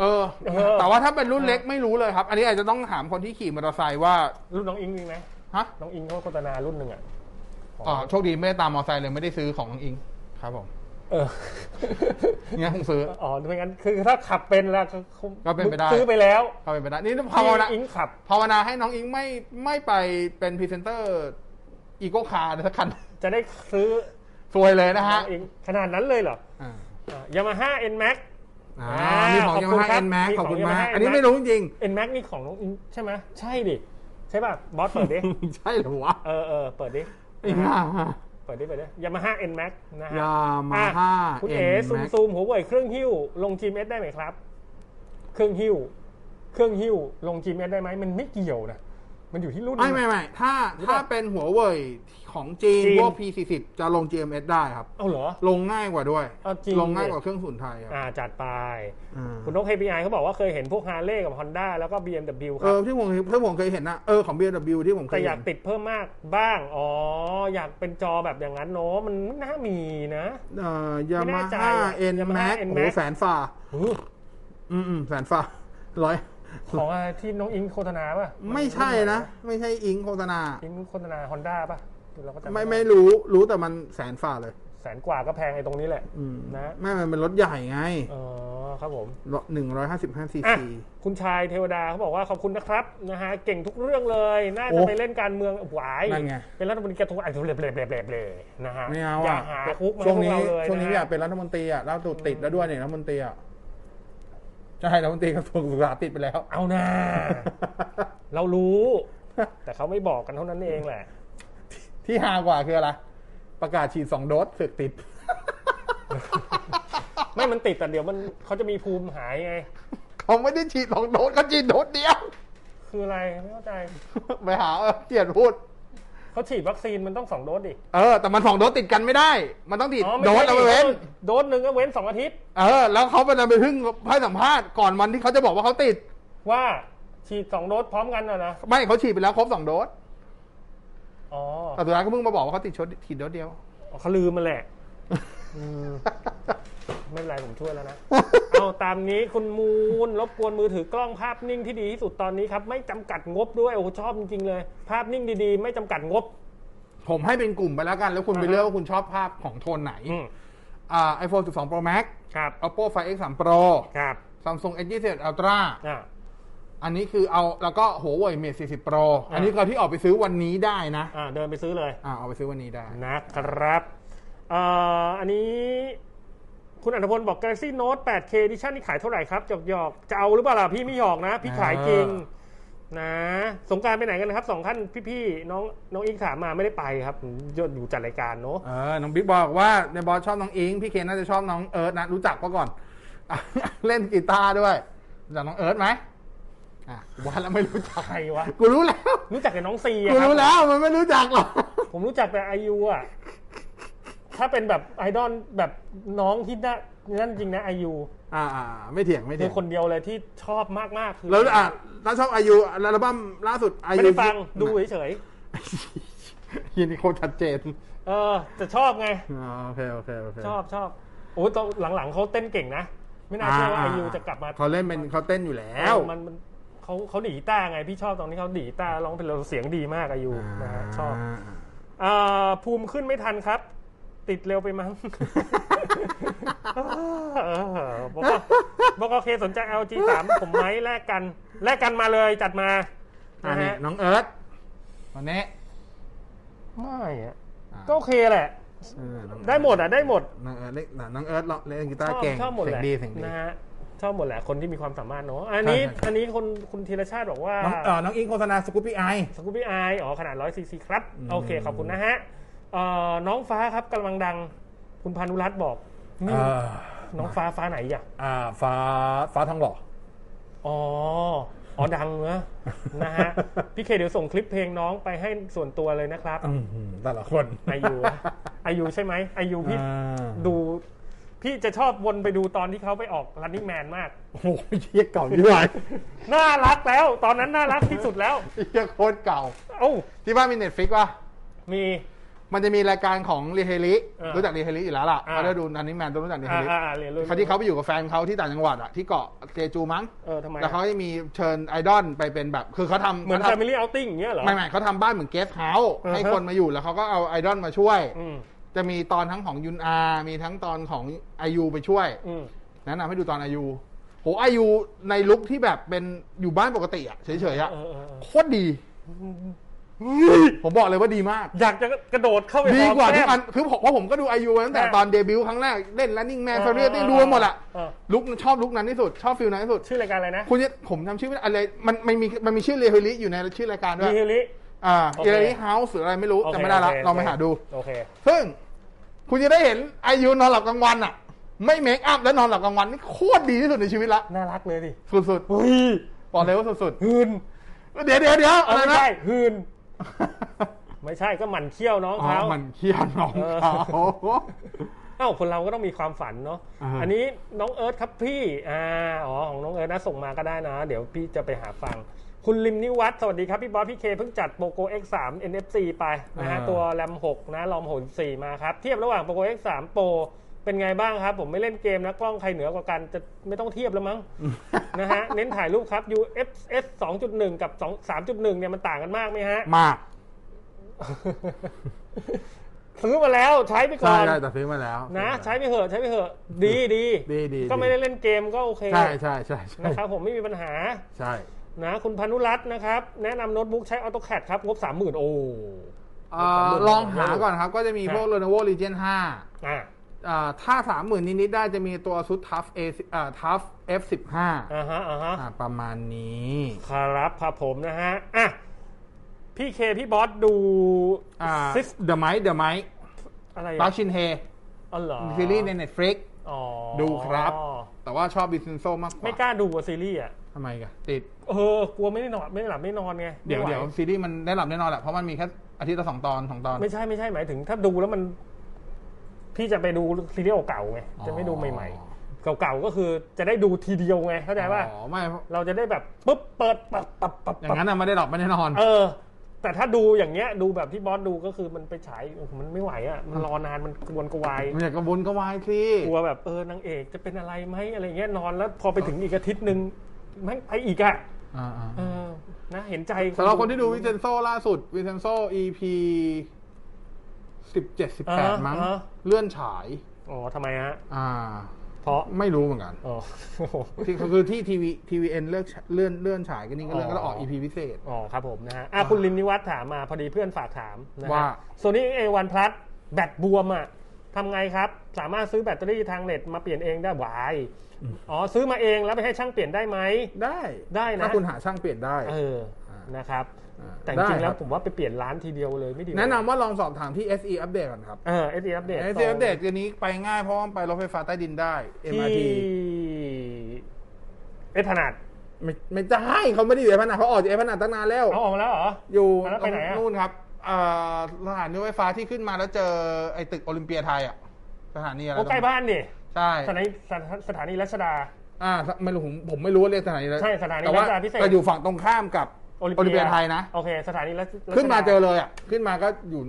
Speaker 3: เออ
Speaker 4: เออ
Speaker 3: แต่ว่าถ้าเป็นรุ่นเล็กไม่รู้เลยครับ อันนี้อาจจะต้องถามคนที่ขี่มอเตอร์ไซค์ว่า
Speaker 4: รุ่นน้องอิงจริงไหม
Speaker 3: ฮะ
Speaker 4: น้องอิงเขาโฆษณารุ่นหนึ่งอ่ะของ
Speaker 3: อ๋อโชคดีไม่ได้ตามมอเตอร์ไซค์เลยไม่ได้ซื้อของน้องอิง ครับผม
Speaker 4: เออ
Speaker 3: งั้นคงซื้อ
Speaker 4: อ๋อไม่งั้นคือถ้าขับเป็นแล้ว
Speaker 3: ก็เป็นไปได้
Speaker 4: ซื้อไปแล้ว
Speaker 3: เข้าไปไปได้นี่ภาวนา
Speaker 4: ที่อิงขับ
Speaker 3: ภาวนาให้น้องอิงไม่ไม่ไปเป็นพรีเซนเตอร์อีโก้คาร์สักคัน
Speaker 4: จะได้ซื้อ
Speaker 3: สวยเลยนะฮะ
Speaker 4: น้องอิงขนาดนั้นเลยเหรอ
Speaker 3: อ่าย
Speaker 4: ามาฮ่าเอ็นแม็ก
Speaker 3: อ่า
Speaker 4: อ่า
Speaker 3: มีของ
Speaker 4: ขอบ
Speaker 3: ยา
Speaker 4: คุ
Speaker 3: มา
Speaker 4: ณครั
Speaker 3: ฮ่า
Speaker 4: บ
Speaker 3: เอ็นแม็ก
Speaker 4: มี
Speaker 3: ขอบคุณ
Speaker 4: ของ
Speaker 3: มาก
Speaker 4: Yamaha
Speaker 3: อันนี้
Speaker 4: N-Max
Speaker 3: ไม่รู้จริง
Speaker 4: เอ็นแม็กนี่ของน้องอิงใช่ไหมใช่ดิ ใช่ป่ะ บอสเปิ ดดิ
Speaker 3: ใช่เหรือวะ
Speaker 4: เออเออเปิดดิ
Speaker 3: อีกอ่ะ
Speaker 4: เปิดดิเปิดดิยามาฮ่าเอ็นแม็กนะฮะ
Speaker 3: Yamaha
Speaker 4: อ่ะคุณเอ๋
Speaker 3: N-Max
Speaker 4: ซูมซูมหัวเว่ยเครื่องหิ้ว ลง GMS ได้ไหมครับ เครื่องหิ้ว เครื่องหิ้ว ลง GMS ได้ไหมมันไม่เกี่ยวนะมันอยู่ที่รุ่น
Speaker 3: ไม่ไม่ไม่ถ้า
Speaker 4: หรือเปล่า
Speaker 3: ถ้าเป็นหัวเว่ยของจีน
Speaker 4: จีน
Speaker 3: พวก P40 จะลง GMS ได้ครับ
Speaker 4: เอาเหรอ
Speaker 3: ลงง่ายกว่าด้วย
Speaker 4: เอาจริง
Speaker 3: ลงง่าย
Speaker 4: ดิ
Speaker 3: กว่าเครื่องสูนย์ไทยครับ
Speaker 4: อ่าจัดไป
Speaker 3: อ่า
Speaker 4: คุณนก KPI เขาบอกว่าเคยเห็นพวกฮาร์เลย์กับฮอนด้าแล้วก็ BMW ค
Speaker 3: เอ
Speaker 4: รับ
Speaker 3: อที่ผมที่ผมเคยเห็นนะเออของ BMW ที่ผมเค
Speaker 4: แต่
Speaker 3: ย
Speaker 4: อ
Speaker 3: เห็
Speaker 4: ยาก
Speaker 3: น
Speaker 4: ติดเพิ่มมากบ้าง อ๋อ อยากเป็นจอแบบอย่างนั้นเนาะ มันไม่น่ามีนะ
Speaker 3: เอ่อยา
Speaker 4: ไม่แน่
Speaker 3: มา
Speaker 4: ใจ
Speaker 3: ฮ่า
Speaker 4: อะ
Speaker 3: เอ็น
Speaker 4: Yamaha
Speaker 3: แม็ก
Speaker 4: N-Max
Speaker 3: โอ้โหแสนฝ่า
Speaker 4: หือ
Speaker 3: อืมอืมแสนฝ่าร้อย
Speaker 4: ของอะไรที่น้องอิงโฆษณาป่ะ
Speaker 3: ไม่ใช่นะ ไม่ใช่อิงโฆษณา
Speaker 4: อิงโฆษณาฮอนด้าป่ะหรือเราก็จำ
Speaker 3: ไม่
Speaker 4: ด้
Speaker 3: ไม่รู้รู้แต่มันแสนฝ่าเลย
Speaker 4: แสนกว่าก็แพงไอ้ตรงนี้แหละ
Speaker 3: อืม
Speaker 4: นะ
Speaker 3: ไม่มันเป็นรถใหญ่ไง
Speaker 4: อ๋อ ครับผม
Speaker 3: หนึ่งร้อยห้าสิบห้าซี
Speaker 4: อ่ะ
Speaker 3: ซี
Speaker 4: คุณชายเทวดาเขาบอกว่าขอบคุณนะครับนะฮะ เก่งทุกเรื่องเลย น่าจะ
Speaker 3: โอ้
Speaker 4: ไปเล่นการเมืองหวาย
Speaker 3: นั่นไง
Speaker 4: เป็นรัฐมนตรีกระทรวงอ่ะเบลเบลเบลเบลนะฮะ
Speaker 3: ไม่เอา
Speaker 4: อย่า
Speaker 3: อ่ะ
Speaker 4: หาคุกมา
Speaker 3: ช่วง
Speaker 4: ให้พวก
Speaker 3: นี้
Speaker 4: เราเลย
Speaker 3: ช่วงนี้
Speaker 4: ะฮะ
Speaker 3: อยากเป็นรัฐมนตรีอ่ะเราถูกติดแล้วด้วยเนี่ยรัฐมนตรีอ่ะใช่รัฐมนตรีกระทรวงศึกษาติดไป แล้ว
Speaker 4: เอานะ เรารู้ แต่เขาไม่บอกกันเท่านั้นเองแหละ
Speaker 3: ที่ฮากว่าคืออะไร ประกาศฉีดสองโดสสึกติด
Speaker 4: ไม่มันติดแต่เดี๋ยวมันเขาจะมีภูมิหายไง
Speaker 3: เขาไม่ได้ฉีดสองโดสเขาฉีดโดสเดียว
Speaker 4: คืออะไรไม่เข้าใจ
Speaker 3: ไปหาเออเกลียดพูด
Speaker 4: เขาฉีดวัคซีนมันต้องสองโดสดิ
Speaker 3: เออ แต่มันสองโดสติดกันไม่ได้ มันต้องติด
Speaker 4: อ๋อไม่
Speaker 3: โดส
Speaker 4: ใช่
Speaker 3: เอาไปเว้น
Speaker 4: โดสหนึ่งก็เว้นสองอาทิตย์
Speaker 3: เออ แล้วเขาไปนำไปพึ่งให้สัมภาษณ์ก่อนวันที่เขาจะบอกว่าเขาติด
Speaker 4: ว่าฉีดสองโดสพร้อมกันนะนะ
Speaker 3: ไม่เขาฉีดไปแล้วครบสองโดส
Speaker 4: อ๋อ
Speaker 3: แต่สุดท้ายก็เพิ่งมาบอกว่าเขาติดชดฉีดโดสเดียว
Speaker 4: เขาลืมมันแหละอืมไม่เป็นไรผมช่วยแล้วนะ เอาตามนี้คุณมูลรบกวนมือถือกล้องภาพนิ่งที่ดีที่สุดตอนนี้ครับ ไม่จำกัดงบด้วยโอ้โหชอบจริงๆเลย ภาพนิ่งดีๆ ไม่จำกัดงบ
Speaker 3: ผมให้เป็นกลุ่มไปแล้วกัน แล้วคุณไป
Speaker 4: อ่าฮะ
Speaker 3: เลือกว่าคุณชอบภาพของโทนไหน
Speaker 4: อืม
Speaker 3: อ่า iPhone 12 Pro Max
Speaker 4: ครับ
Speaker 3: Oppo Find X3 Pro
Speaker 4: ครับ
Speaker 3: Samsung S21 Ultra
Speaker 4: อ่า
Speaker 3: อันนี้คือเอาแล้วก็ Huawei Mate 40 Pro
Speaker 4: อ่า
Speaker 3: อันนี้ก็ที่ออกไปซื้อวันนี้ได้นะ
Speaker 4: อ่า เดินไปซื้อเลย
Speaker 3: อ่า เอาไปซื้อวันนี้ได้
Speaker 4: นะครับเอ่ออันนี้คุณอัธพลบอก Galaxy Note 8K Edition นี่ขายเท่าไหร่ครับหยอกหยอกๆจะเอาหรือเปล่าล่ะพี่ไม่หยอกนะ พี่ขายจริง นะ สงกรารไปไหนกันนะครับสองท่านพี่ๆน้องน้องอิงถามมาไม่ได้ไปครับยอยู่จัดรายการเนอะ
Speaker 3: เออ น้องบิ๊กบอกว่าในบอสชอบน้องอิง พี่เคนน่าจะชอบน้องเอิร์ธนะ รู้จักก็ก่อน อ่ะ เล่นกีตาร์ด้วยรู้จักน้องเอิร์ธไหมอ่ะว่าแล้วไม่รู้จัก
Speaker 4: ใครวะ
Speaker 3: กูรู้แล้ว
Speaker 4: รู้จักแต่น้องซี
Speaker 3: กู
Speaker 4: อะค
Speaker 3: รู้
Speaker 4: รับ
Speaker 3: แล้วมันไม่รู้จักหรอก
Speaker 4: ผมรู้จักแต่ไอยูอะถ้าเป็นแบบไอดอลแบบน้องที่น่านั่นจริงนะไอยู
Speaker 3: อ่าอ่าไม่เถียงไม่เถี
Speaker 4: คื
Speaker 3: ย
Speaker 4: อง คนเดียวเลยที่ชอบมากๆคือ
Speaker 3: แล้วอ่ะถ้าชอบอายุอัลบั้มล่าสุดอายุ
Speaker 4: ไม่ได้ฟังดูเฉย
Speaker 3: ยินดีโคตรชัดเจน
Speaker 4: ๆ เออแต่ชอบไง
Speaker 3: อ๋อโอเค โอเค โอเค
Speaker 4: ชอบชอบโอ้ยตอนหลังๆเขาเต้นเก่งนะ ไม่น่าเชื่อว่าไอยูจะกลับมา
Speaker 3: เขาเล่นเป็นเขาเต้นอยู่แล้
Speaker 4: แล้ว วมันมันเขาเขาดีดกีต้าร์ไง พี่ชอบตอนที่เขาดีดกีต้าร์ร้องเป็นเสียงดีมากไอยูนะฮะชอบอ่าภูมิขึ้นไม่ทันครับ ติดเร็วไปมั้ง เออบอกว่าบอกว่าโอเคสนใจ LG 3ผมไหมแลกกันแลกกันมาเลยจัดมา
Speaker 3: อ่า
Speaker 4: นะ
Speaker 3: นี่
Speaker 4: ฮะ
Speaker 3: น้องเอิร์ธวันนี้
Speaker 4: ไม่อะ
Speaker 3: อ่ะ
Speaker 4: ก็โอเคแหละ
Speaker 3: เออน้องเอิร์ธ
Speaker 4: ได้หมดอ่ะได้หมด
Speaker 3: น้องเอิร์ธเล่นน้องเอิร์ธเล่นกี
Speaker 4: ช
Speaker 3: ตาร์
Speaker 4: อบ
Speaker 3: เก่ง
Speaker 4: ชอบหมด
Speaker 3: เสี
Speaker 4: แห
Speaker 3: ยง
Speaker 4: ละ
Speaker 3: ดีเสียงดี
Speaker 4: นะฮะชอบหมดแหละคนที่มีความสามารถเนอะอันนี้
Speaker 3: ใช่ใช่
Speaker 4: อันนี้คนคุณธีรชาติบอกว่า
Speaker 3: น้องเออน้องอิงโฆษณาสกูปปี้ไอ
Speaker 4: สกูบี้ไออ๋อขนาด 100ซีซีครับ
Speaker 3: อืม
Speaker 4: โอเค ขอบคุณนะฮะเอ่อน้องฟ้าครับกำลังดัง คุณพานุรัตน์บอกนี่
Speaker 3: เอ่อ
Speaker 4: น้องฟ้าฟ้าไหนอ่ะ
Speaker 3: อ่าฟ้าฟ้าทองหล่อ
Speaker 4: อ๋อ อ๋อดังเนอะนะฮะ พี่เคเดี๋ยวส่งคลิปเพลงน้องไปให้ส่วนตัวเลยนะครับ
Speaker 3: อื้อหือแต่ละคน
Speaker 4: ไอยูไอยูใช่ไหมไอยูพี่
Speaker 3: อ่า
Speaker 4: ดู พี่จะชอบวนไปดูตอนที่เขาไปออก running man มาก
Speaker 3: โอ้โหเชี่ยเก่าดีกว่า
Speaker 4: น่ารักแล้ว ตอนนั้นน่ารักที่สุดแล้ว
Speaker 3: เชี่ยโคตรเก่า
Speaker 4: เอ้า
Speaker 3: ที่บ้านมีเน็ตฟลิกป่ะ
Speaker 4: มี
Speaker 3: มันจะมีรายการของรีเฮลิ
Speaker 4: เออ
Speaker 3: รู้จักรีเฮลิอยู่แล้วล่ะ
Speaker 4: อ่า
Speaker 3: เขาได้ดูนันนี่แมนต้องรู้จักรีเฮ
Speaker 4: อ่า
Speaker 3: ลิ
Speaker 4: อ่าอ่าเรียนรู้
Speaker 3: เขาที่เขาไปอยู่กับแฟนเขาที่ต่างจังหวัดอะที่เกาะเจจูมั้ง
Speaker 4: เออทำไม
Speaker 3: แล้วเขาจะมีเชิญไอดอลไปเป็นแบบ คือเขาทำ
Speaker 4: เหมือน
Speaker 3: ขาทำ
Speaker 4: family outing อย่างเงี้ยเหรอ
Speaker 3: ไม่ไม่เขาทำบ้านเหมือนเกสเฮาส์
Speaker 4: อ่าฮะ
Speaker 3: ให้คนมาอยู่แล้วเขาก็เอาไอดอลมาช่วย
Speaker 4: อืม
Speaker 3: จะมีตอนทั้งของยุนอา มีทั้งตอนของไอยูไปช่วย
Speaker 4: อืม
Speaker 3: แนะนำให้ดูตอนอายุโหอายุในลุคที่แบบเป็นอยู่บ้านปกติอะเฉยๆอะ
Speaker 4: เออเออเออ
Speaker 3: โคตรดี ผมบอกเลยว่าดีมาก
Speaker 4: อยากจะกระโดดเข้าไป
Speaker 3: ดีกว่า
Speaker 4: หอม
Speaker 3: ทุ
Speaker 4: แก้
Speaker 3: ก
Speaker 4: ม
Speaker 3: อัน คือผมว่าผมก็ดูอายุตั้งแต่
Speaker 4: แต่
Speaker 3: ตอนเดบิวต์ครั้งแรก เล่น running man f a v o r i t ดูมาหมดอะ
Speaker 4: เอ
Speaker 3: ลุคชอบลุคนั้นที่สุด ชอบฟิลนั้นที่สุด
Speaker 4: ชื่อรายการอะไรนะ
Speaker 3: คุณจะผมจำชื่อไม่ได้อะไร มันมันมีมันมีชื่อเรฮิลิอยู่ในชื่อรายการด้ว
Speaker 4: มี
Speaker 3: ย
Speaker 4: ฮิลิ
Speaker 3: อ่า
Speaker 4: โอ
Speaker 3: เร
Speaker 4: เค
Speaker 3: ฮิลิเฮาส์หรืออะไรไม่รู้
Speaker 4: โอเค
Speaker 3: จำไม่ได้ละ
Speaker 4: โค
Speaker 3: ลองไปหาดู
Speaker 4: โอเค
Speaker 3: ซึ่งคุณจะได้เห็นอายุนอนหลับกลางวันอะไม่เมคอัพและนอนหลับกลางวันนี่โคตรดีที่สุดในชีวิตละ
Speaker 4: น่ารักเลยดิ
Speaker 3: สุด
Speaker 4: เฮ้ย
Speaker 3: ๆบอกเลยว่าสุด
Speaker 4: หืน
Speaker 3: ๆ เดี๋ยวเดี๋ยวเดี๋ยว
Speaker 4: เอา
Speaker 3: อะไร
Speaker 4: ไม่
Speaker 3: นะ
Speaker 4: ใช่หืนไม่ใช่ก็หมั่นเขี้ยวน้อง
Speaker 3: อ๋อ
Speaker 4: เขา
Speaker 3: มันเขี้ยวน้องเขา
Speaker 4: เอ้าคนเราก็ต้องมีความฝันเนาะ
Speaker 3: อ่า
Speaker 4: อันนี้น้องเอิร์ธครับพี่อ่าอ๋อของน้องเอิร์ธนะส่งมาก็ได้นะ เดี๋ยวพี่จะไปหาฟัง คุณลิมนิวัฒน์สวัสดีครับพี่บอสพี่เคเพิ่งจัดโปโก X3 NFC ไปนะฮะ
Speaker 3: อ่า
Speaker 4: ตัวแรม6นะรอม64มาครับ เทียบระหว่างโปโก X3 Pro เป็นไงบ้างครับ ผมไม่เล่นเกมนะกล้องใครเหนือกว่ากันจะไม่ต้องเทียบแล้วมั้ง นะฮะเน้นถ่ายรูปครับ UFS 2.1 กับ2 3.1เนี่ยมันต่างกันมากไหมฮะ
Speaker 3: มาก
Speaker 4: ซื้อมาแล้วใช้ไปก่
Speaker 3: ใช่
Speaker 4: อน
Speaker 3: ได้แต่ซื้อมาแล้ว
Speaker 4: นะใช้ไปเถอะใช้ไปเถอะดีดี
Speaker 3: ดีดี
Speaker 4: ก็ไม่
Speaker 3: ดี
Speaker 4: ได้เล่นเกมก็โอเค
Speaker 3: ใช่ใช่ใช่ใช่
Speaker 4: นะครับผมไม่มีปัญหา
Speaker 3: ใช่
Speaker 4: นะคุณพานุรัตน์นะครับ แนะนำโน้ตบุ๊กใช้ AutoCAD ครับ งบ 30,000 โอ้
Speaker 3: เอ่อลองหาก่อนครับ ก็จะมี
Speaker 4: ฮะ
Speaker 3: พวก Lenovo Legion 5
Speaker 4: อ่ะ
Speaker 3: อ่าถ้า 30,000 นิดๆได้จะมีตัวซุดทัฟ A อ่าทัฟ F15
Speaker 4: อ่าฮะอ่าฮะ
Speaker 3: อ่าประมาณนี้
Speaker 4: ครับครับผมนะฮะอ่ะพี่เคพี่บอสดู
Speaker 3: อ่า
Speaker 4: ซิส
Speaker 3: The Might The Might
Speaker 4: อะไร
Speaker 3: บั
Speaker 4: อ่ะ
Speaker 3: กชินเฮ
Speaker 4: อ๋อเหรอ
Speaker 3: ซีรีส์ใน Netflix
Speaker 4: อ๋อ
Speaker 3: ดูครับ แต่ว่าชอบบิสเนสโซมากก
Speaker 4: ไม่
Speaker 3: ว่า
Speaker 4: กล้าดูอะซีรีส์อ่ะ
Speaker 3: ทำไมกันติด
Speaker 4: เออกลัวไม่ได้นอนไม่ได้หลับไม่ได้นอนไง
Speaker 3: เดี๋ยว
Speaker 4: ไม่
Speaker 3: เดี๋ยว
Speaker 4: ไห
Speaker 3: ซีรีส์มันได้หลับแน่นอนแหละ เพราะมันมีแค่อาทิตย์ละสองตอนสองตอน
Speaker 4: ไม่ใช่ไม่ใช่หมายถึงถ้าดูแล้วมัน พี่จะไปดูซีรีส์เก่าๆไงจะไม่ดูใหม่
Speaker 3: อ๋
Speaker 4: ๆ เก่าๆก็คือจะได้ดูทีเดียวไงเข้าใจป่ะ
Speaker 3: อ๋อไม่
Speaker 4: เราจะได้แบบปุ๊บเปิดปับปับปับ
Speaker 3: อย่า
Speaker 4: ปับ
Speaker 3: งนั้นน่ะไม่ได้หลับไม่ได้นอน
Speaker 4: เออ แต่ถ้าดูอย่างเงี้ย ดูแบบที่บอสดูก็คือมันไปฉายโอ้โหมันไม่ไหวอ่ะมันรอนานมันกวนกวาย
Speaker 3: มันอยากกระวนกระวายสิ
Speaker 4: กลัวแบบเออนางเอกจะเป็นอะไรไหมอะไรเงี้ยนอนแล้วพอไปถึงอีกอาทิตย์หนึ่งแม่งไปอีกอ่ะ
Speaker 3: อ่า
Speaker 4: เออนะเห็นใจ
Speaker 3: ๆสำหรับคนที่ดูวิเซนโซล่าสุดวิเซนโซ EP สิบเจ็ดสิบแปดมั้ง เลื่อนฉาย
Speaker 4: อ๋อทำไมฮะ
Speaker 3: อ่า
Speaker 4: เพราะ
Speaker 3: ไม่รู้เหมือนกัน
Speaker 4: อ๋อ
Speaker 3: ที่คือที่ทีวีทีวีเอ็นเลือกเลื่อนเลื่อนฉายกันนี่ก็เลื่อนก็แล้วออก EP พิเศษ
Speaker 4: อ๋อครับผมนะฮะอ่ะคุณลินนิวัฒน์ถามมาพอดีเพื่อนฝากถามนะฮะ
Speaker 3: ว่า
Speaker 4: โซนี่เอวันพลัสแบตบวมอ่ะทำไงครับ สามารถซื้อแบตเตอรี่ทางเน็ตมาเปลี่ยนเองได้ไหวายอ๋อซื้อมาเองแล้วไปให้ช่างเปลี่ยนได้ไหม
Speaker 3: ได้
Speaker 4: ได้นะ
Speaker 3: ถ้าคุณหาช่างเปลี่ยนได้
Speaker 4: เออนะครับ
Speaker 3: อ่า
Speaker 4: แต่จริ
Speaker 3: ได้ครั
Speaker 4: งๆ
Speaker 3: บ
Speaker 4: แล้วผมว่าไปเปลี่ยนร้านทีเดียวเลยไม่ดีกว่า
Speaker 3: แนะนำว่าลองสอบถามที่ SE อัปเดตก่อนครับ
Speaker 4: เออเอสดีอัปเดต
Speaker 3: ไอซีอัปเดตเดี๋ยวนี้ไปง่ายเพราะว่ามันไปรถไฟฟ้าใต้ดินได้
Speaker 4: ที่
Speaker 3: MRT
Speaker 4: เอสพนาด
Speaker 3: ไม่ไม่ใช่เขาไม่ได้อยู่ไอพนาเขาออกจากไอพนาตั้งนานแล้ว
Speaker 4: เอาออกมาแล้วเหรอ
Speaker 3: อยู่
Speaker 4: แล้วไปไหนอะ
Speaker 3: นู่นครับเอ่อสถานีรถไฟฟ้าที่ขึ้นมาแล้วเจอไอตึกโอลิมเปียไทยอ่ะสถานีอะไร
Speaker 4: โอ้ใกล้บ้านดิ
Speaker 3: ใช่
Speaker 4: สถานีสถานีรัชดา
Speaker 3: อ่าไม่รู้ผมผมไม่รู้ว่าเรียกสถานีอะไร
Speaker 4: ใช่สถานี
Speaker 3: แต่ว่า
Speaker 4: รัชดาพิเศษ
Speaker 3: แต่อยู่ฝั่งตรงข้ามกับ
Speaker 4: โอลิ
Speaker 3: โอลิมเปียไทยนะ
Speaker 4: โอเคสถานีรัชรัชด
Speaker 3: ขึ้นมาเจอเลยอ่ะขึ้นมาก็อยู่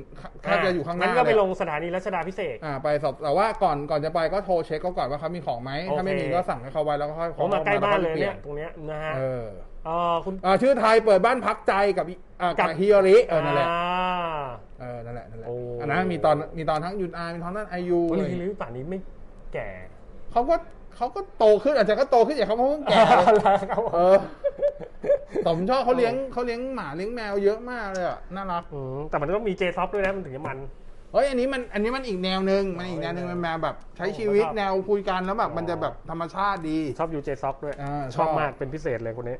Speaker 3: แค่จะอยู่ข้างหน้า
Speaker 4: งั้นก็ไป
Speaker 3: เลย
Speaker 4: ลงสถานีรัชดาพิเศษก
Speaker 3: อ่าไปสอบแต่ว่าก่อนก่อนจะไปก็โทรเช็คเขาก่อนว่าเขามีของไหม
Speaker 4: โอเค
Speaker 3: ถ้าไม่มีก็สั่งให้เขาไว้แล้วก็ค่อย
Speaker 4: ผมมาใกล้บ้านเลยเนี่ย
Speaker 3: แว
Speaker 4: ตรงเนี้ยนะ
Speaker 3: ค่อ
Speaker 4: ฮะ
Speaker 3: เออ
Speaker 4: เออคุณ
Speaker 3: อ่าชื่อไทยเปิดบ้านพักใจกับอ่ากับ
Speaker 4: กับ
Speaker 3: ฮิโอริเออนั่นแหละ
Speaker 4: อ่า
Speaker 3: เออนั่นแหละนั่นแหละ
Speaker 4: โอ้
Speaker 3: อันนั้นมีตอนมีตอนทั้งยูนอามีตอนทั้งไอยู
Speaker 4: โอ้ยลิลลี่ป่านนี้ไม่แก่
Speaker 3: เขาก็เขาก็โตขึ้นอาจจะก็โตขึ้นอย่างเขาเพิ่งแก่ เลย
Speaker 4: ครับ
Speaker 3: เออผมชอบเขาเลี้ยงเขาเลี้ยงหมาเลี้ยงแมวเยอะมากเลยอ่ะน่ารัก
Speaker 4: อืมแต่มันต้องมีเจซอฟด้วยนะมันถึงจะมัน
Speaker 3: เฮ้ยอันนี้มันอันนี้มันอีกแนวหนึ่งมันอีกแนวหนึ่งมันแนวแบบ ใช้ชีวิตแนวคุยกันแล้วแบบมันจะแบบธรรมชาติดี
Speaker 4: ชอบยูเจซอกด้วย
Speaker 3: อ่าช
Speaker 4: ชอบ
Speaker 3: อบ
Speaker 4: มากเป็นพิเศษเลยคนนี้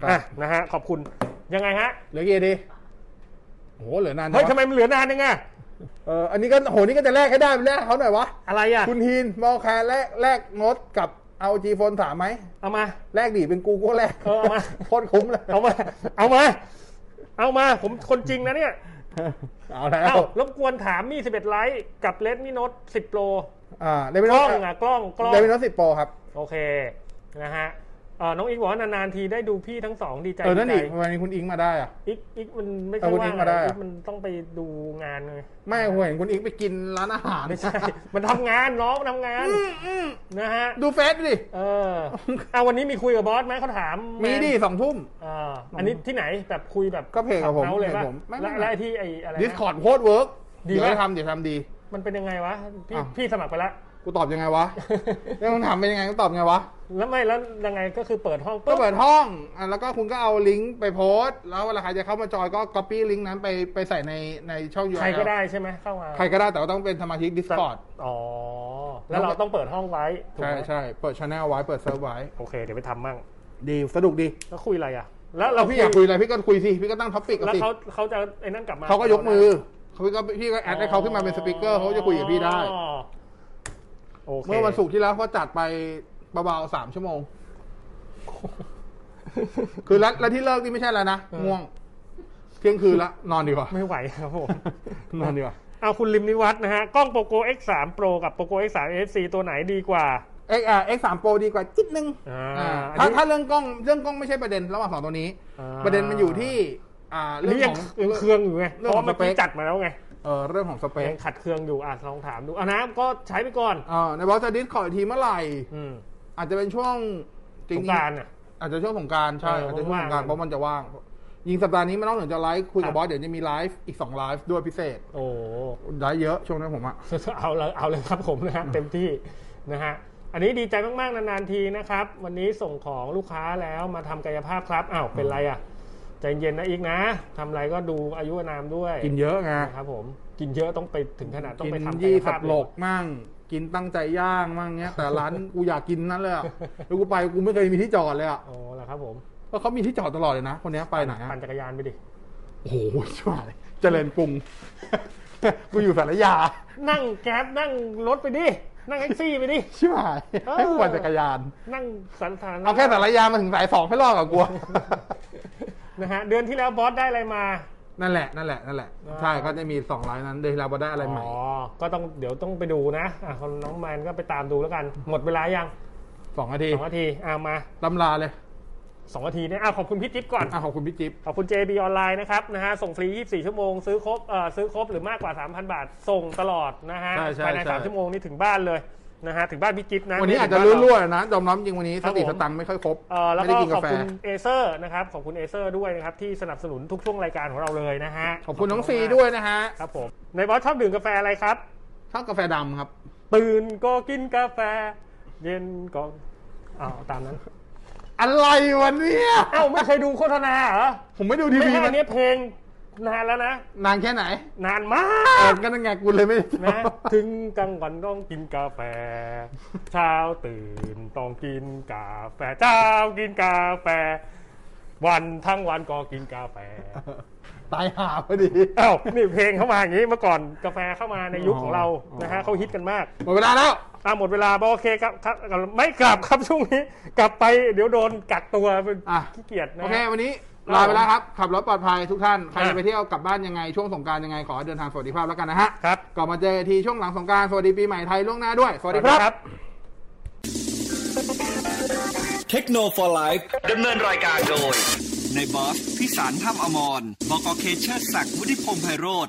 Speaker 3: ครับ
Speaker 4: อ่ะนะฮะ ขอบคุณยังไงฮะ
Speaker 3: เหลือกี่ดีโอ้โหเหลือนานจั
Speaker 4: เฮ้ยว
Speaker 3: งะ
Speaker 4: ทำไมมันเหลือนานยังไง
Speaker 3: เอออันนี้ก็โหนี่ก็จะแลกให้ได้ไปแลกเขาหน่อยวะ
Speaker 4: อะไรอ่ะ
Speaker 3: คุณฮีนมอลแคร์แลกแลกงดกับเอาจีโฟนสามไหม
Speaker 4: เอามา
Speaker 3: แลกดีเป็นกูก็แลก
Speaker 4: เออเอามา
Speaker 3: โคตรคุ้มเลย
Speaker 4: เอามา เอามา เอามา ผมคนจริงนะเนี่ย
Speaker 3: เอาแล้ว
Speaker 4: เอารบกวนถามมี่11 ไลท์กับเลดมี่โน้ต10 โปร
Speaker 3: อ่าเดวิด
Speaker 4: ก
Speaker 3: น
Speaker 4: ล้
Speaker 3: อ
Speaker 4: อง
Speaker 3: ส
Speaker 4: อ่ะ กล้อง กล้อง
Speaker 3: เดวิดนอสสิบโปรครับ
Speaker 4: โอเค นะฮะเอ่อน้องอิงบอกว่านานๆทีได้ดูพี่ทั้งสองดีใจ
Speaker 3: เออนั่น
Speaker 4: ดี
Speaker 3: อี
Speaker 4: ใจ
Speaker 3: กวันนี้คุณอิงมาได้อ่ะ
Speaker 4: อิกอิกมันไม่
Speaker 3: เอา
Speaker 4: ใช่
Speaker 3: คุณ
Speaker 4: ว่า
Speaker 3: อิ๊กมาได้อะ
Speaker 4: อิ๊กมันต้องไปดูงานเลย
Speaker 3: ไม่ห่วยคุณอิงไปกินร้านอาหาร
Speaker 4: ไม่ใช่ มันทำงานน้องมันทำงาน นะฮะ
Speaker 3: ดูเฟซดิ
Speaker 4: เอ อ เอาวันนี้มีคุยกับบอสไหมเขาถาม
Speaker 3: มีดิสองทุ่ม
Speaker 4: เอออันนี้ที่ไหนแบบคุยแบบ
Speaker 3: ก็เพจกับผม
Speaker 4: ขัเมาส์เลย
Speaker 3: เพจ
Speaker 4: ป่ะ
Speaker 3: ผมไม่ไม่ไม่
Speaker 4: และและไอ้ที่ไอ้อะไรนะ
Speaker 3: ดิสคอร์ดโคตรเวิร์ก
Speaker 4: ดี
Speaker 3: เดี๋ยว
Speaker 4: ปะ
Speaker 3: จะทำเดี๋ยวทำดี
Speaker 4: มันเป็นยังไงวะ พี่
Speaker 3: อ้าว
Speaker 4: พี่สมัครไปแล้ว
Speaker 3: กูตอบยังไงวะ แล้วมึงถามเป็นยังไงกูตอบยังไงวะ
Speaker 4: แล้วไม่แล้วยังไงก็คือเปิดห้อง
Speaker 3: ก็
Speaker 4: ปุ๊บ
Speaker 3: เปิดห้องอ่ะแล้วก็คุณก็เอาลิงก์ไปโพสต์ แล้วเวลาใครจะเข้ามาจอยก็ copy ลิงก์นั้นไปไปใส่ในในช่อง
Speaker 4: ใคร
Speaker 3: URL
Speaker 4: ก็ได้ใช่ไหมเข้ามา
Speaker 3: ใครก็ได้แต่ว่าต้องเป็นสมาชิก
Speaker 4: แต่
Speaker 3: Discord
Speaker 4: อ๋อ แล้วเราต้องเปิดห้องไว้ถูก
Speaker 3: ใช่
Speaker 4: ไหม
Speaker 3: ใช่เปิดช anel ไว้เปิดเซิร์ฟไว้
Speaker 4: โอเค เดี๋ยวไปทำมั่ง
Speaker 3: ดีสนุกดี
Speaker 4: แล้วคุยอะไรอ่ะ แล้วเรา
Speaker 3: พี่อยากคุยอะไรพี่ก็คุยสิ พี่ก็ตั้งท็อปิก
Speaker 4: แล้ว
Speaker 3: สิ
Speaker 4: เขาเขาจะไอ้นั่นกลับมา
Speaker 3: เขาก็ยกมือเขาก็พี่ก็แอดให้เขาขึ้นมาเป็นสปิเกอร์เขาจะคุยกับพี่ได้
Speaker 4: อ๋อโอเค
Speaker 3: เมื่อวันศุกร์ที่แล้วเขาจัดไปเบาๆสามชั่วโมง คือแล้วแล้วที่เลิกนี่ไม่ใช่แล้วนะ
Speaker 4: เออ
Speaker 3: ง่วง เที่ยงคืนละนอนดีก ว่า
Speaker 4: ไม่ไหวครับผม
Speaker 3: นอนดีกว่า
Speaker 4: เอาคุณลิมนิวัฒน์นะฮะ กล้องโปโก X3 Pro กับโปโก X3 FC ตัวไหนดีกว่า
Speaker 3: X อ่า X สามโปรดีกว่าจิตนึง
Speaker 4: อ่า
Speaker 3: อ่า
Speaker 4: อัน
Speaker 3: ถ้า
Speaker 4: นี้
Speaker 3: ถ้าเรื่องกล้องเรื่องกล้องไม่ใช่ประเด็นระหว่างสองตัวนี้
Speaker 4: อ่า
Speaker 3: ประเด็นมันอยู่ที่ อ่า
Speaker 4: เรื่
Speaker 3: เรื่อง
Speaker 4: ยั
Speaker 3: ของ ง
Speaker 4: ยังเครื่องอยู่ไง
Speaker 3: เรื่
Speaker 4: เพ
Speaker 3: องของ
Speaker 4: ราะเมื่อกี้
Speaker 3: สเปค
Speaker 4: จัดมาแล้วไง
Speaker 3: เออเรื่องของสเปค
Speaker 4: ยังขัดเครื่องอยู่อ่ะลองถามดูอ่ะนะก็ใช้ไปก่อน
Speaker 3: อ่าในบอสจะดิสคอร์ดทีเมื่อไหร่
Speaker 4: อืม
Speaker 3: อาจจะเป็นช่วงจ
Speaker 4: ส
Speaker 3: ริ
Speaker 4: ง
Speaker 3: ง
Speaker 4: กรารอ่ะ
Speaker 3: ๆอาจจะช่วงสงกรารใช่
Speaker 4: เออ
Speaker 3: อาจจะช่วงสงกราร
Speaker 4: ว่างๆ
Speaker 3: เพราะมันจะว่าง ยิงสัปดาห์นี้ไม่ต้องเหนือจะไลฟ์คุยกับบอสเดี๋ยวจะมีไลฟ์อีกสองไลฟ์ด้วยพิเศษ
Speaker 4: โอ้
Speaker 3: ได้เยอะช่วงนั้นผมอะ
Speaker 4: เอาเลยเอาเลยครับผมนะฮะเต็มที่นะฮะอันนี้ดีใจมากๆ นานๆทีนะครับ วันนี้ส่งของลูกค้าแล้วมาทำกายภาพครับอ้าวเป็นไรอ่ะใจเย็นนะอีกนะทำอะไรก็ดูอายุอานามด้วย
Speaker 3: กินเยอะไง
Speaker 4: นะครับผมกินเยอะต้องไปถึงขนาดต้องไป
Speaker 3: กิน
Speaker 4: ทำกา
Speaker 3: ยี่
Speaker 4: ย
Speaker 3: สั
Speaker 4: ภา
Speaker 3: บ
Speaker 4: พ
Speaker 3: หลกมั่ง กินตั้งใจย่างมั่งเงี้ย แต่ร้าน กูอยากกินนั้นเลยอะแล้วกูไปกูไม่เคยมีที่จอดเลยอะ
Speaker 4: โอ้แล้วครับผม
Speaker 3: เพราะเขามีที่จอดตลอดเลยนะคนเนี้ยไปไหนอะ
Speaker 4: ปั่นจักรยานไปดิ
Speaker 3: โอ้โหช่วยเจริญกรุง กูอยู่สารยา
Speaker 4: นั่งแก๊บนั่งรถไปดิ นั่งแท็กซี่ไปดิ
Speaker 3: ช่วยให้กูปั่นจักรยาน
Speaker 4: นั่งสันสาน
Speaker 3: เอาแค่สารยามาถึงสายสองให้รอดกับกู
Speaker 4: นะฮะ เดือนที่แล้วบอสได้อะไรมา
Speaker 3: นั่นแหละนั่นแหละนั่นแหละใช่ก็จะมีสองร้านนั้นเดี๋ยวเราได้อะไรใหม่
Speaker 4: อ๋อ ก็ต้องเดี๋ยวต้องไปดูนะอ่ะคนน้องแมนก็ไปตามดูแล้วกัน หมดเวลายัง
Speaker 3: สองนาที
Speaker 4: สองนาทีอ่ะมา
Speaker 3: ตำลาเลย
Speaker 4: สองนาทีเนี่ยอ่ะขอบคุณพี่จิ๊บก่อน
Speaker 3: อ่ะขอบคุณพี่จิ๊บ
Speaker 4: ขอบคุณ JB ออนไลน์นะครับนะฮะส่งฟรี 24 ชั่วโมง ซื้อครบเอ่อซื้อครบหรือมากกว่า 3,000 บาท ส่งตลอดนะฮะ
Speaker 3: ใช่ใช่
Speaker 4: ภายใน
Speaker 3: ใช่
Speaker 4: สามชั่วโมงนี่ถึงบ้านเลยนะฮะถึงบ้านพี่จิ๊บนะ
Speaker 3: วันนี้อาจจะรั่วๆนะยอมรับจริงวันนี้
Speaker 4: ค
Speaker 3: ส
Speaker 4: รับ
Speaker 3: ติ
Speaker 4: ผม
Speaker 3: สตังค์ไม่ค่อยครบ
Speaker 4: เอ่อแล้ว
Speaker 3: ไม่
Speaker 4: ก็
Speaker 3: ได้กิน
Speaker 4: ข
Speaker 3: กา
Speaker 4: อบ
Speaker 3: แฟ
Speaker 4: คุณเอเซอร์นะครับขอบคุณเอเซอร์ด้วยนะครับ ที่สนับสนุนทุกช่วงรายการของเราเลยนะฮะ
Speaker 3: ขอบคุณน้อง
Speaker 4: มาก
Speaker 3: ซีด้วยนะฮะ
Speaker 4: ครับผมในบอสชอบดื่มกาแฟอะไรครับ
Speaker 3: ชอบกาแฟดำครับ
Speaker 4: ตื่นก็กินกาแฟ เย็นก็อ้าวตามนั้น
Speaker 3: อะไรวันนี้
Speaker 4: อ้าวไม่เคยดูโฆษณาเหรอ
Speaker 3: ผมไม่ดูที
Speaker 4: ไม่
Speaker 3: วี
Speaker 4: ใช่
Speaker 3: มั
Speaker 4: อั
Speaker 3: น
Speaker 4: นนี้เพลงนานแล้วนะ
Speaker 3: นานแค่ไหน
Speaker 4: นานมา
Speaker 3: เออก ก็นั่นไงกูเลยไม่ได้
Speaker 4: นะถึงกลางวันต้องกินกาแฟ เช้าตื่นต้องกินกาแฟเช้ากินกาแฟ วันทั้งวันก็กินกาแฟ
Speaker 3: ตายหาพอดี
Speaker 4: อ้าวนี่เพลงเข้ามาอย่างนี้เมื่อก่อนกาแฟเข้ามาในยุคของเรา
Speaker 3: อ๋อ
Speaker 4: นะฮะเขาฮิตกันมาก
Speaker 3: หมดเวลาแล้ว
Speaker 4: อ่ะหมดเวลาบอกโอเคครับครับไม่กลับครับช่วงนี้ กลับไปเดี๋ยวโดนกักตัวเป็น
Speaker 3: อ่ะ
Speaker 4: ขี้เกียจนะ
Speaker 3: โอเค
Speaker 4: ฮะ
Speaker 3: วันนี้
Speaker 4: ครั
Speaker 3: ลา
Speaker 4: บ
Speaker 3: ไปแล้วครับ ขับรถปลอดภัยทุกท่าน ใคร
Speaker 4: อ่ะ
Speaker 3: จะไปเที่ยวกลับบ้านยังไง ช่วงสงกรารยังไงขอให้เดินทางสวัสดิภาพแล้วกันนะฮะ
Speaker 4: ครับ
Speaker 3: ก่อนมาเจอกันทีช่วงหลังสงกรารสวัสดีปีใหม่ไทยล่วงหน้าด้วย สวัสดีครับ
Speaker 4: ครับ
Speaker 1: เทคโนโลยีไลฟ์ดำเนินรายการโดย ในบอสพิสารถ้ำอมรบอกเคเชอร์ศักดิ์วุฒิพงษ์ไพโรธ